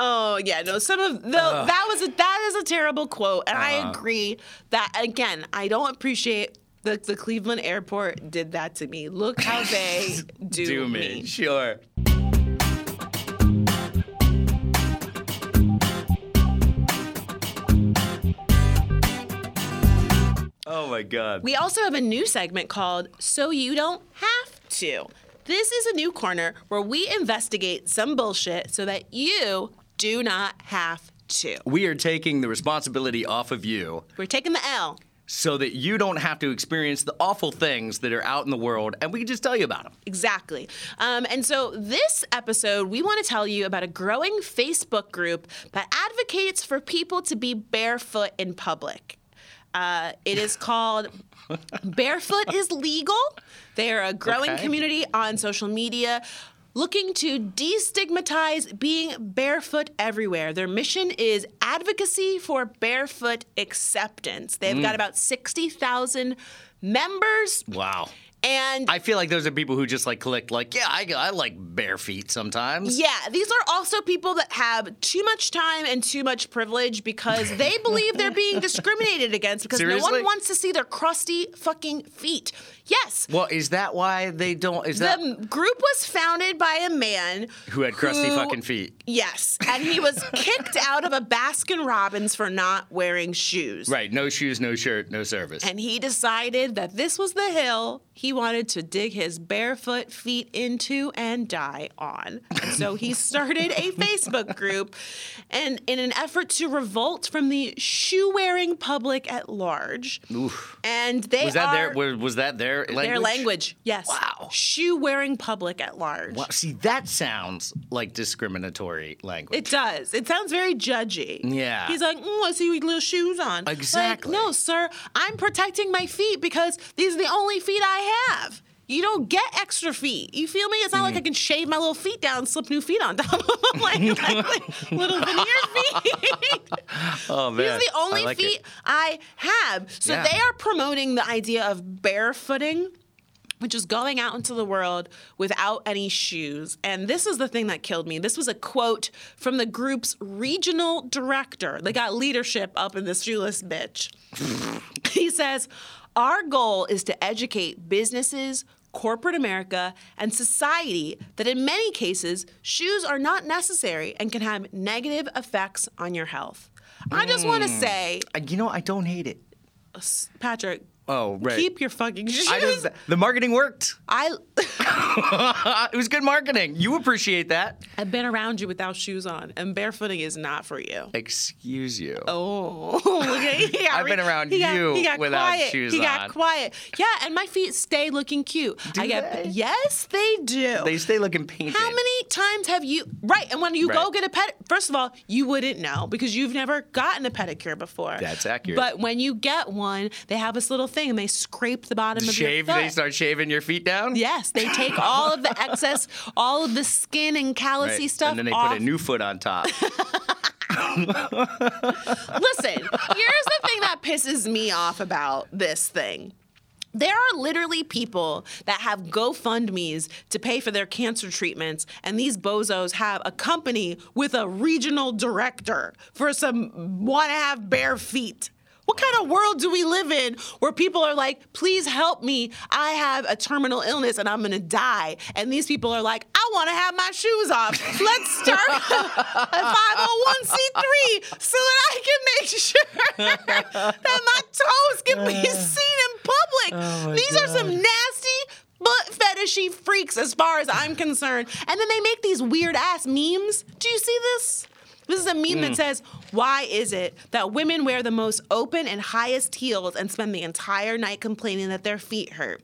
Oh yeah, no. Some of the that was a, that is a terrible quote, and Uh-huh. I agree that again. I don't appreciate. The, the Cleveland airport did that to me. Look (laughs) how they do, Do me. me. Sure. Oh my god. We also have a new segment called So You Don't Have To. This is a new corner where we investigate some bullshit so that you do not have to. we are taking the responsibility off of you We're taking the L. so that you don't have to experience the awful things that are out in the world and we can just tell you about them. Exactly. Um, and so, this episode, we want to tell you about a growing Facebook group that advocates for people to be barefoot in public. Uh, it is called Barefoot is Legal. They are a growing Okay. community on social media. Looking to destigmatize being barefoot everywhere. Their mission is advocacy for barefoot acceptance. They've got about 60,000 members. Wow. And I feel like those are people who just like collect, like, yeah, I, I like bare feet sometimes. Yeah, these are also people that have too much time and too much privilege because (laughs) they believe they're being discriminated against because no Seriously? one wants to see their crusty fucking feet. Yes. Well, is that why they don't? Is that the group was founded by a man who had crusty who- fucking feet? Yes, and he was kicked out of a Baskin Robbins for not wearing shoes. Right. No shoes, no shirt, no service. And he decided that this was the hill he wanted to dig his barefoot feet into and die on. And (laughs) so he started a Facebook group and in an effort to revolt from the shoe wearing public at large. And they was that their? are Was, was that their language? their language. Yes. Wow. Shoe wearing public at large. Wow, see, that sounds like discriminatory language. It does. It sounds very judgy. Yeah. He's like, mm, I see you with little shoes on. Like, Exactly. no, sir, I'm protecting my feet because these are the only feet I have. You don't get extra feet. You feel me? It's not like Mm. I can shave my little feet down, and slip new feet on top of them, (laughs) (laughs) like, like, like little veneer feet. oh man, These are the I only like it. feet I have. So Yeah. they are promoting the idea of barefooting. Which is going out into the world without any shoes. And this is the thing that killed me. This was a quote from the group's regional director. They got leadership up in this shoeless (laughs) bitch. he says, Our goal is to educate businesses, corporate America and society that in many cases, shoes are not necessary and can have negative effects on your health. I just want to say, Uh, You know, I don't hate it. s- Patrick, Oh, right. keep your fucking shoes. I just, the marketing worked. Uh, I, it was good marketing. You appreciate that. I've been around you without shoes on, and barefooting is not for you. (laughs) Excuse you. Oh, okay. He got I've been re- around he got- you he got without quiet. shoes He got on. quiet. Yeah, and my feet stay looking cute. I get they? yes, they do. They stay looking painted. How many times have you right? And when you go Right. get a ped, first of all, you wouldn't know because you've never gotten a pedicure before. That's accurate. But when you get one, they have this little thing and they scrape the bottom shave? of your foot. They start shaving your feet down. Yes, they (laughs) take all of the excess, all of the skin and callousy Right. stuff And then they off. put a new foot on top. (laughs) Listen, here's the thing that pisses me off about this thing. There are literally people that have GoFundMe's to pay for their cancer treatments, and these bozos have a company with a regional director for some want to have bare feet. What kind of world do we live in where people are like, please help me? I have a terminal illness and I'm gonna die. And these people are like, I wanna have my shoes off. Let's start oh a 501c3 so that I can make sure (laughs) that my toes can be seen in public. These are some nasty butt fetishy freaks as far as I'm concerned. And then they make these weird ass memes. Do you see this? This is a meme Hmm. that says, Why is it that women wear the most open and highest heels and spend the entire night complaining that their feet hurt?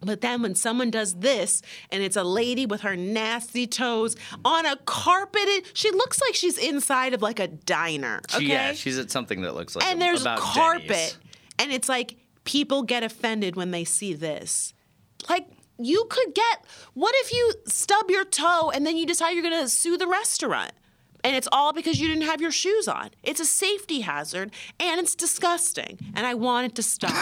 But then when someone does this and it's a lady with her nasty toes on a carpeted, she looks like she's inside of like a diner. Okay? She- Yeah, she's at something that looks like and a- there's about carpet Denny's. and it's like people get offended when they see this like you could get what if you stub your toe and then you decide you're going to sue the restaurant and it's all because you didn't have your shoes on it's a safety hazard and it's disgusting and i want it (laughs) to stop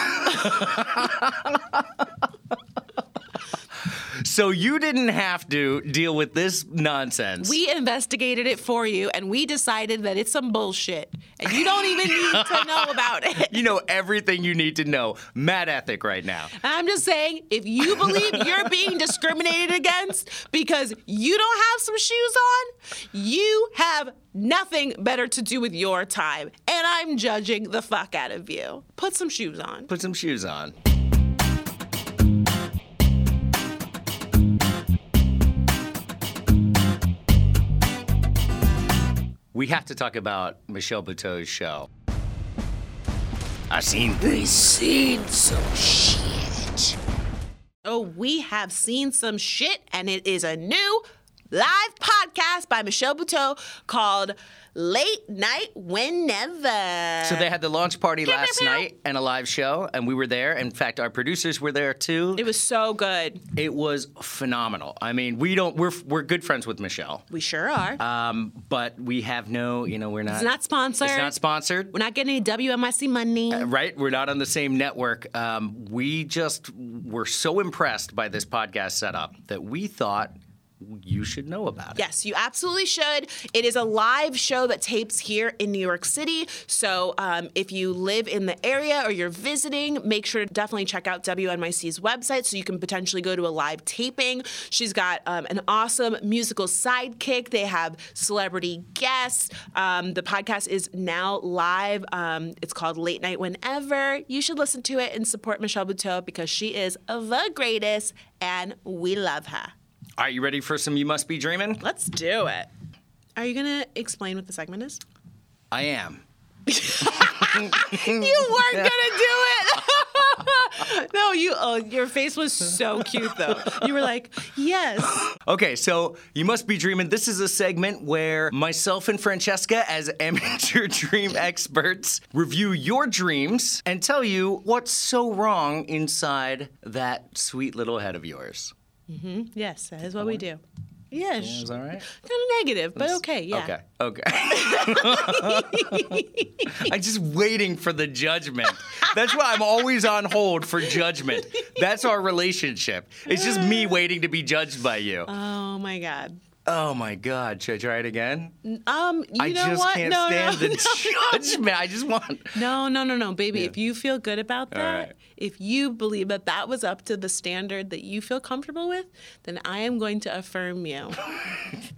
So you didn't have to deal with this nonsense. we investigated it for you and we decided that it's some bullshit and you don't even need to know about it (laughs) you know everything you need to know. Mad ethic right now. I'm just saying, if you believe (laughs) you're being discriminated against because you don't have some shoes on, you have nothing better to do with your time. And I'm judging the fuck out of you. Put some shoes on. Put some shoes on. We have to talk about Michelle Buteau's show. I seen things. Oh, we have seen some shit, and it is a new live podcast by Michelle Buteau called Late Night Whenever. So they had the launch party last pew. night and a live show, and we were there. In fact, our producers were there too. it was so good. It was phenomenal. I mean, we don't we're we're good friends with Michelle, We sure are. um, but we have no, you know, we're not. it's not sponsored. It's not sponsored. We're not getting any WMIC money. Right, we're not on the same network. Um, we just were so impressed by this podcast setup that we thought you should know about it. Yes, you absolutely should. It is a live show that tapes here in New York City. So um, if you live in the area or you're visiting, make sure to definitely check out WNYC's website so you can potentially go to a live taping. She's got um, an awesome musical sidekick. They have celebrity guests. Um, the podcast is now live. Um, it's called Late Night Whenever. You should listen to it and support Michelle Buteau because she is the greatest and we love her. Are you ready for some You Must Be Dreaming? Let's do it. Are you going to explain what the segment is? I am. (laughs) You weren't going to do it. (laughs) no, you oh, your face was so cute though. You were like, "Yes." Okay, so You Must Be Dreaming. This is a segment where myself and Francesca, as (laughs) amateur dream experts, review your dreams and tell you what's so wrong inside that sweet little head of yours. Yes, that is what we do. Yes. Is that right? Kind of negative, but okay, yeah. Okay. Okay. (laughs) I'm just waiting for the judgment. That's why I'm always on hold for judgment. Uh. That's our relationship. It's just me waiting to be judged by you. Oh my god. Oh my God! Should I try it again? Um, you I know just what? can't no, stand (laughs) no, the judgment. I just want. no, no, no, no, baby. If you feel good about that, right. if you believe that that was up to the standard that you feel comfortable with, then I am going to affirm you. Oh,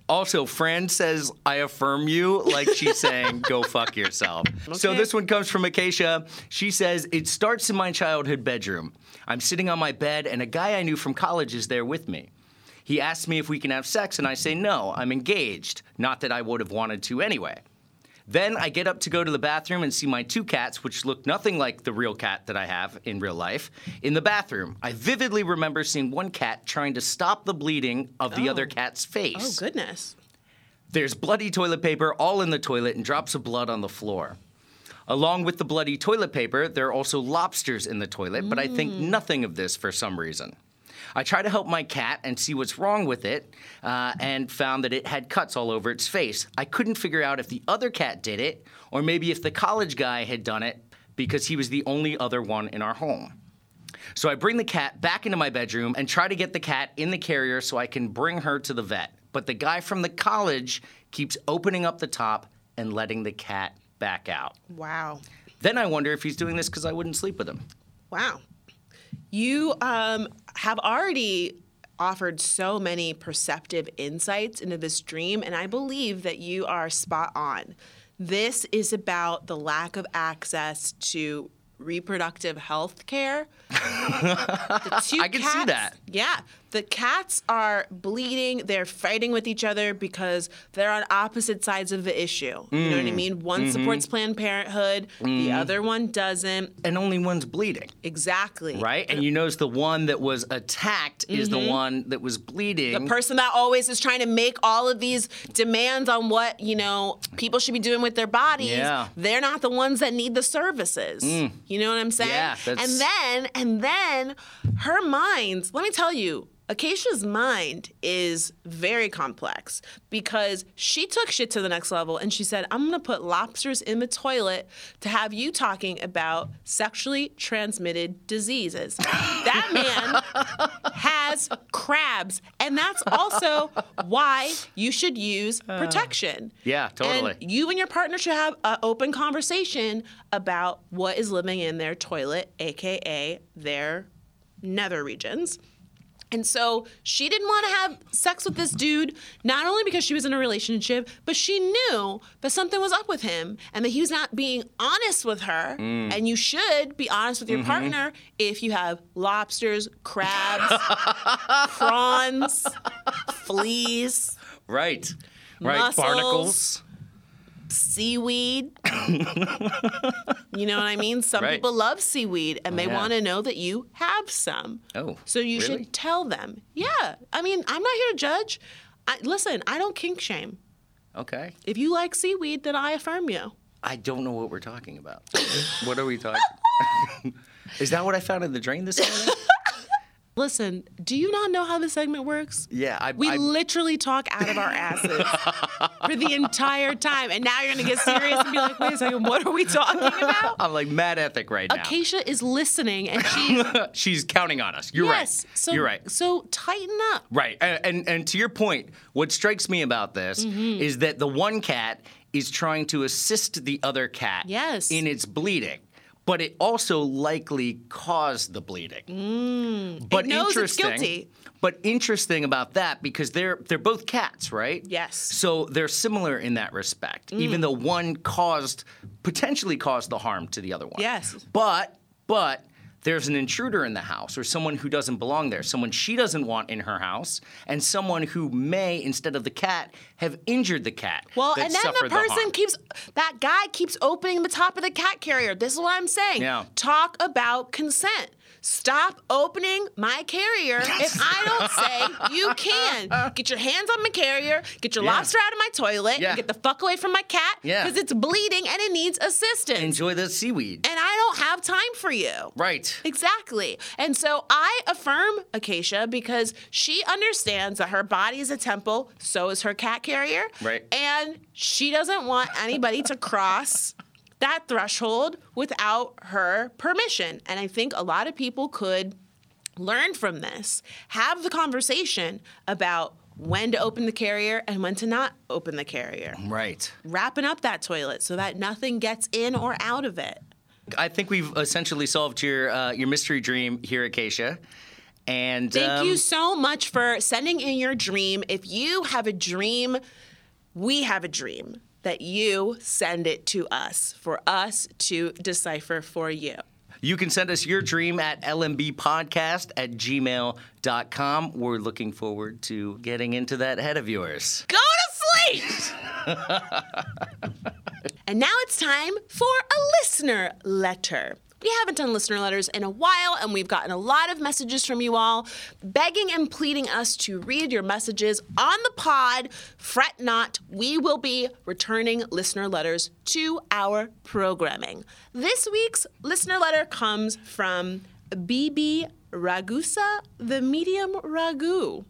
Also, Fran says, I affirm you, like she's saying, go fuck yourself. So Okay. this one comes from Acacia. She says, It starts in my childhood bedroom. I'm sitting on my bed, and a guy I knew from college is there with me. He asks me if we can have sex, and I say, No, I'm engaged. Not that I would have wanted to anyway. Then I get up to go to the bathroom and see my two cats, which look nothing like the real cat that I have in real life, in the bathroom. I vividly remember seeing one cat trying to stop the bleeding of the other cat's face. Oh goodness. There's bloody toilet paper all in the toilet and drops of blood on the floor. Along with the bloody toilet paper, there are also lobsters in the toilet, but I think nothing of this for some reason. I try to help my cat and see what's wrong with it, uh, and found that it had cuts all over its face. I couldn't figure out if the other cat did it, or maybe if the college guy had done it, because he was the only other one in our home. So I bring the cat back into my bedroom and try to get the cat in the carrier so I can bring her to the vet. But the guy from the college keeps opening up the top and letting the cat back out. Wow. Then I wonder if he's doing this because I wouldn't sleep with him. Wow. You um, have already offered so many perceptive insights into this dream, and I believe that you are spot on. This is about the lack of access to reproductive (laughs) health care. The two I can see cats- that. Yeah. The cats are bleeding. They're fighting with each other because they're on opposite sides of the issue. You Mm. know what I mean? One supports Mm-hmm. Planned Parenthood, the other one doesn't. And only one's bleeding, Exactly. right? And you notice the one that was attacked is the one that was bleeding. Mm-hmm. The person that always is trying to make all of these demands on what, you know, people should be doing with their bodies, Yeah. Mm. they're not the ones that need the services. You know what I'm saying? Yeah, that's- And then and then her mind, let me tell you, Acacia's mind is very complex because she took shit to the next level and she said, I'm gonna put lobsters in the toilet to have you talking about sexually transmitted (laughs) diseases. that man has crabs. And that's also why you should use protection. yeah, totally. And you and your partner should have an open conversation about what is living in their toilet, AKA their nether regions. And so she didn't want to have sex with this dude, not only because she was in a relationship, but she knew that something was up with him and that he was not being honest with her. And you should be honest with your partner if you have lobsters, crabs, prawns, fleas, right. Right. Muscles. Barnacles. seaweed. you know what I mean? Some Right. Oh, people love seaweed and they Yeah. want to know that you have some. Oh, So you really? should tell them. Yeah. I mean, I'm not here to judge. I, listen, I don't kink shame. Okay. If you like seaweed, then I affirm you. I don't know what we're talking (laughs) about. what are we talking (laughs) Is that what I found in the drain this (laughs) morning? Listen, do you not know how this segment works? yeah. I, We I, literally talk out of our asses for the entire time. And now you're going to get serious and be like, wait a second, what are we talking about? I'm like mad ethic right now. Acacia is listening and she's (laughs) She's counting on us. You're yes. right. So You're right. So tighten up. Right. And, and and to your point, what strikes me about this Mm-hmm. is that the one cat is trying to assist the other cat Yes. in its bleeding. But it also likely caused the bleeding. but Mm. It knows it's interesting. guilty. But interesting about that because they're they're both cats, right? Yes. Mm. So they're similar in that respect, even though one caused potentially caused the harm to the other one. Yes. But but there's an intruder in the house or someone who doesn't belong there, someone she doesn't want in her house, and someone who may instead of the cat have injured the cat. Well, that and then the suffered person harm. keeps that guy keeps opening the top of the cat carrier. This is what I'm saying. Yeah. Talk about consent. Stop opening my carrier if (laughs) I don't say you can. Get your hands on my carrier, get your Yeah. lobster out of my toilet, Yeah. and get the fuck away from my cat Yeah. because it's bleeding and it needs assistance. enjoy the seaweed. and I don't have time for you. Right. Exactly. And so I affirm Acacia because she understands that her body is a temple, so is her cat carrier. Right. And she doesn't want anybody to cross that threshold without her permission. And I think a lot of people could learn from this, have the conversation about when to open the carrier and when to not open the carrier. Right. Wrapping up that toilet so that nothing gets in or out of it. I think we've essentially solved your uh, your mystery dream here, Acacia. And Thank um, you so much for sending in your dream. If you have a dream, we have a dream that you send it to us for us to decipher for you. You can send us your dream at lmbpodcast at gmail.com. We're looking forward to getting into that head of yours. Go to sleep! (laughs) and now it's time for a listener letter. We haven't done listener letters in a while, and we've gotten a lot of messages from you all begging and pleading us to read your messages on the pod. Fret not, we will be returning listener letters to our programming. This week's listener letter comes from BB Ragusa, the medium ragu.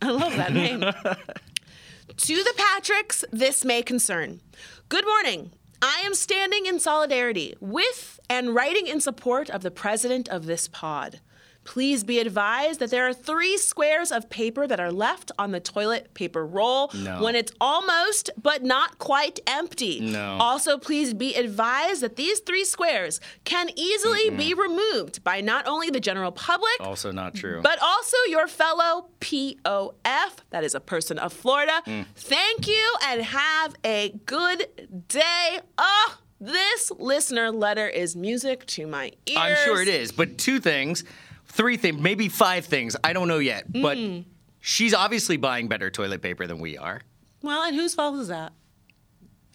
I love that name. To the Patricks, this may concern. Good morning. I am standing in solidarity with and writing in support of the president of this pod. Please be advised that there are three squares of paper that are left on the toilet paper roll No. when it's almost but not quite empty. No. Also, please be advised that these three squares can easily be removed by not only the general public, Also, not true. but also your fellow POF, that is a person of Florida. Mm. Thank you and have a good day. Oh, this listener letter is music to my ears. I'm sure it is. But two things, three things, maybe five things. I don't know yet. But Mm. she's obviously buying better toilet paper than we are. Well, and whose fault is that?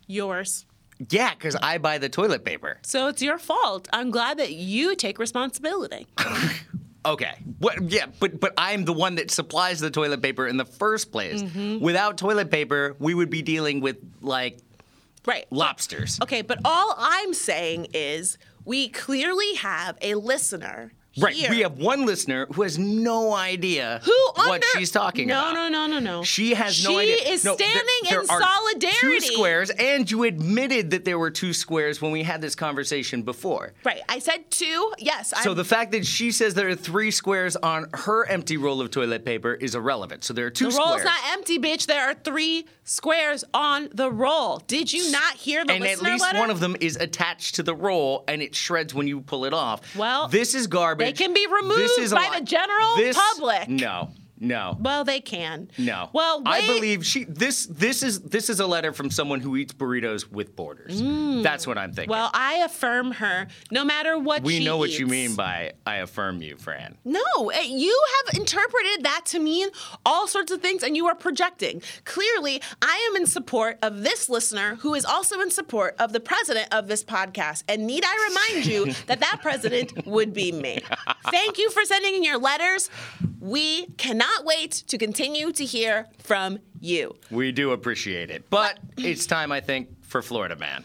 Yours. Yeah, because I buy the toilet paper. So it's your fault. I'm glad that you take (coughs) responsibility. Okay. What, yeah, but but I'm the one that supplies the toilet paper in the first place. Mm-hmm. Without toilet paper, we would be dealing with like right. lobsters. Okay, but all I'm saying is we clearly have a listener. Right. here We have one listener who has no idea who what under- she's talking no, about. No, no, no, no, She has no She idea. is No, there- standing there in are Two solidarity. squares, and you admitted that there were two squares when we had this conversation before. Right. I said two. Yes. So I'm, the fact that she says there are three squares on her empty roll of toilet paper is irrelevant. So there are two the squares. roll's not empty, bitch. There are three squares on the roll. Did you not hear the and at listener least letter? one of them is attached to the roll and it shreds when you pull it off. Well, this is garbage. they can be This removed is a by lie. the general This- public. No, no. Well, they can. No. Well, I wait- believe she this this is this is a letter from someone who eats burritos with borders. Mm. That's what I'm thinking. Well, I affirm her. No matter what we she know what you eats. mean by I affirm you, Fran. No, eh, you have interpreted that to mean all sorts of things and you are projecting. Clearly, I am in support of this listener who is also in support of the president of this podcast. And need I remind you that that president would be me. Thank you for sending in your letters. We cannot wait to continue to hear from you. We do appreciate it. But it's time I think for Florida Man.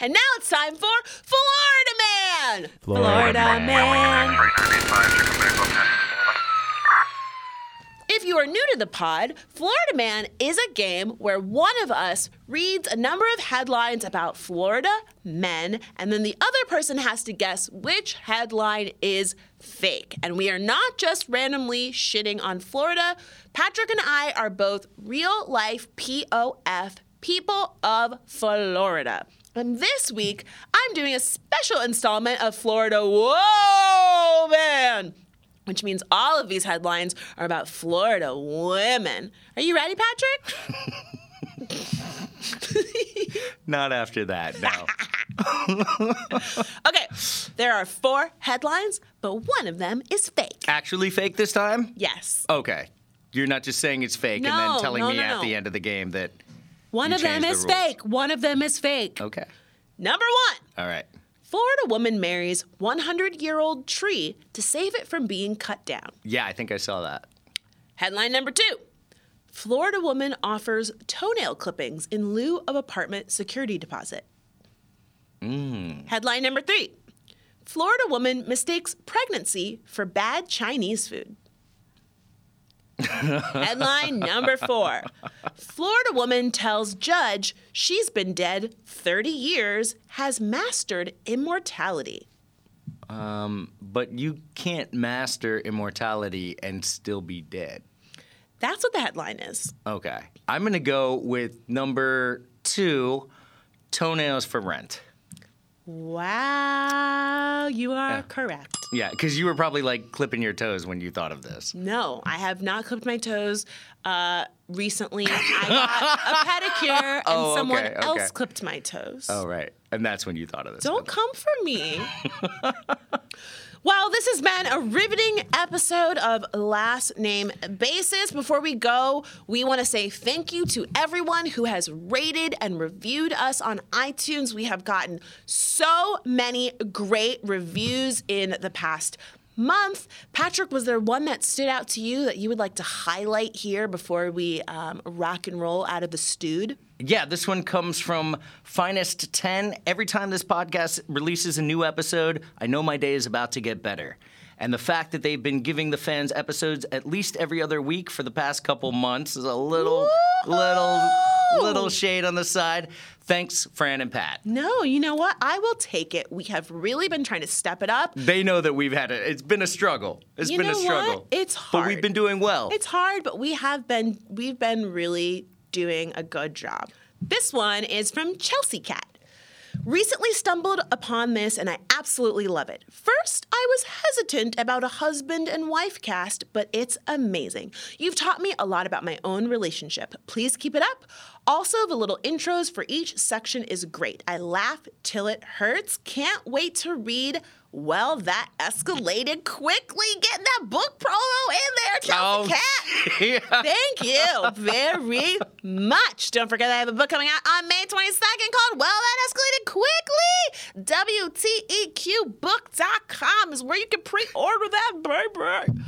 And now it's time for Florida Man. Florida man. If you are new to the pod, Florida Man is a game where one of us reads a number of headlines about Florida men, and then the other person has to guess which headline is fake. And we are not just randomly shitting on Florida. Patrick and I are both real life POF people of Florida. And this week, I'm doing a special installment of Florida Whoa Man which means all of these headlines are about Florida women. Are you ready, (laughs) Patrick? Not after that, no. Okay, there are four headlines, but one of them is fake. (laughs) Actually fake this time? Yes. Okay. You're not just saying it's fake and then No, telling no, me no, at no. the end of the game that One You of them changed the is rules. Oh. fake. One of them is fake. okay. Number one All right. Florida woman marries 100 year old tree to save it from being cut down. Yeah, I think I saw that. Headline number two Florida woman offers toenail clippings in lieu of apartment security deposit. Headline number three Florida woman mistakes pregnancy for bad Chinese food. Headline number four Florida woman tells judge she's been dead 30 years, has mastered immortality. But you can't master immortality and still be dead. That's what the headline is. Okay. I'm going to go with number two toenails for rent. Wow, you are correct. Yeah, because you were probably like clipping your toes when you thought of this. No, I have not clipped my toes. Uh, recently, I got (laughs) a pedicure and Oh, someone okay, okay. else clipped my toes. Oh, right. And that's when you thought of this. Don't come for me. well, this has been a riveting episode of Last Name Basis. Before we go, we want to say thank you to everyone who has rated and reviewed us on iTunes. We have gotten so many great reviews in the past month. Patrick, was there one that stood out to you that you would like to highlight here before we um, rock and roll out of the stewed? Yeah, this one comes from Finest 10. Every time this podcast releases a new episode, I know my day is about to get better. And the fact that they've been giving the fans episodes at least every other week for the past couple months is a little, little, little shade on the side. Thanks, Fran and Pat. No, you know what? I will take it. We have really been trying to step it up. They know that we've had it. It's been a struggle. It's You been know a what? struggle. It's But we've hard. been doing well. It's hard, but we have been we've been really doing a good job. This one is from Chelsea Cat. Recently stumbled upon this and I absolutely love it. First, I was hesitant about a husband and wife cast, but it's amazing. You've taught me a lot about my own relationship. Please keep it up. Also, the little intros for each section is great. I laugh till it hurts. Can't wait to read. Well, that escalated quickly. Getting that book promo in there, Oh, Chelsea Cat. yeah. Thank you very much. Don't forget I have a book coming out on May 22nd called Well That Escalated Quickly. E WTEQbook.com is where you can pre-order that baby.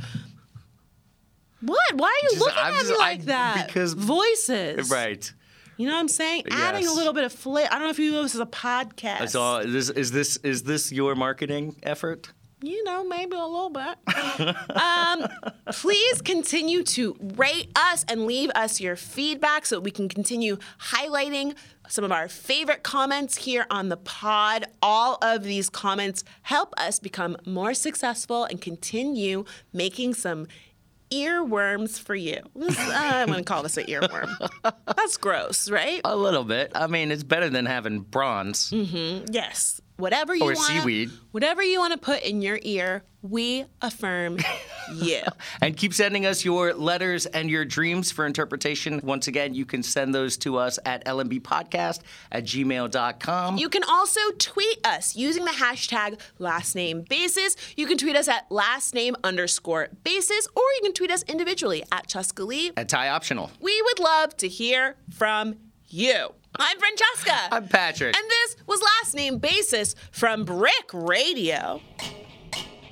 What? Why are you Just- looking I'm at just- me I- like that? because- voices. Right. You know what I'm saying? Adding a Yes. little bit of flair. I don't know if you know this is a podcast. That's all. This, is this is this your marketing effort? You know, maybe a little bit. (laughs) um, please continue to rate us and leave us your feedback so that we can continue highlighting some of our favorite comments here on the pod. All of these comments help us become more successful and continue making some earworms for you. This, uh, I'm going to call this an (laughs) earworm. That's gross, right? A little bit. I mean, it's better than having prawns. Yes. Whatever you Or want, seaweed. whatever you want to put in your ear, we affirm (laughs) you. And keep sending us your letters and your dreams for interpretation. Once again, you can send those to us at lmbpodcast at gmail.com. You can also tweet us using the hashtag last name basis. You can tweet us at last name underscore basis, or you can tweet us individually at Chuscalee. at tie optional. We would love to hear from you. I'm Francesca. (laughs) I'm Patrick. And this was Last Name Basis from Brick Radio.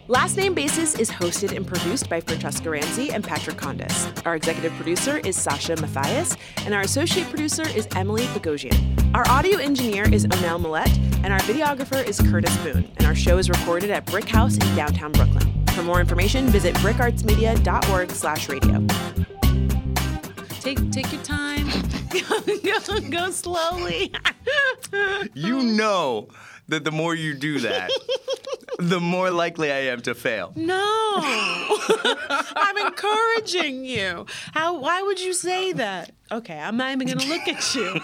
Last Name Basis is hosted and produced by Francesca Ramsey and Patrick Condes. Our executive producer is Sasha Mathias, and our associate producer is Emily Bogosian. Our audio engineer is Onel Millette, and our videographer is Curtis Boone, and our show is recorded at Brick House in downtown Brooklyn. For more information, visit brickartsmedia.org slash radio. Take take your time. go, (laughs) go slowly. (laughs) you know that the more you do that, the more likely I am to fail. No. (laughs) I'm encouraging you. How why would you say that? Okay, I'm not even gonna look at you.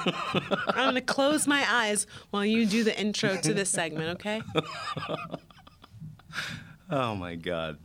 I'm gonna close my eyes while you do the intro to this segment, okay? Oh my God.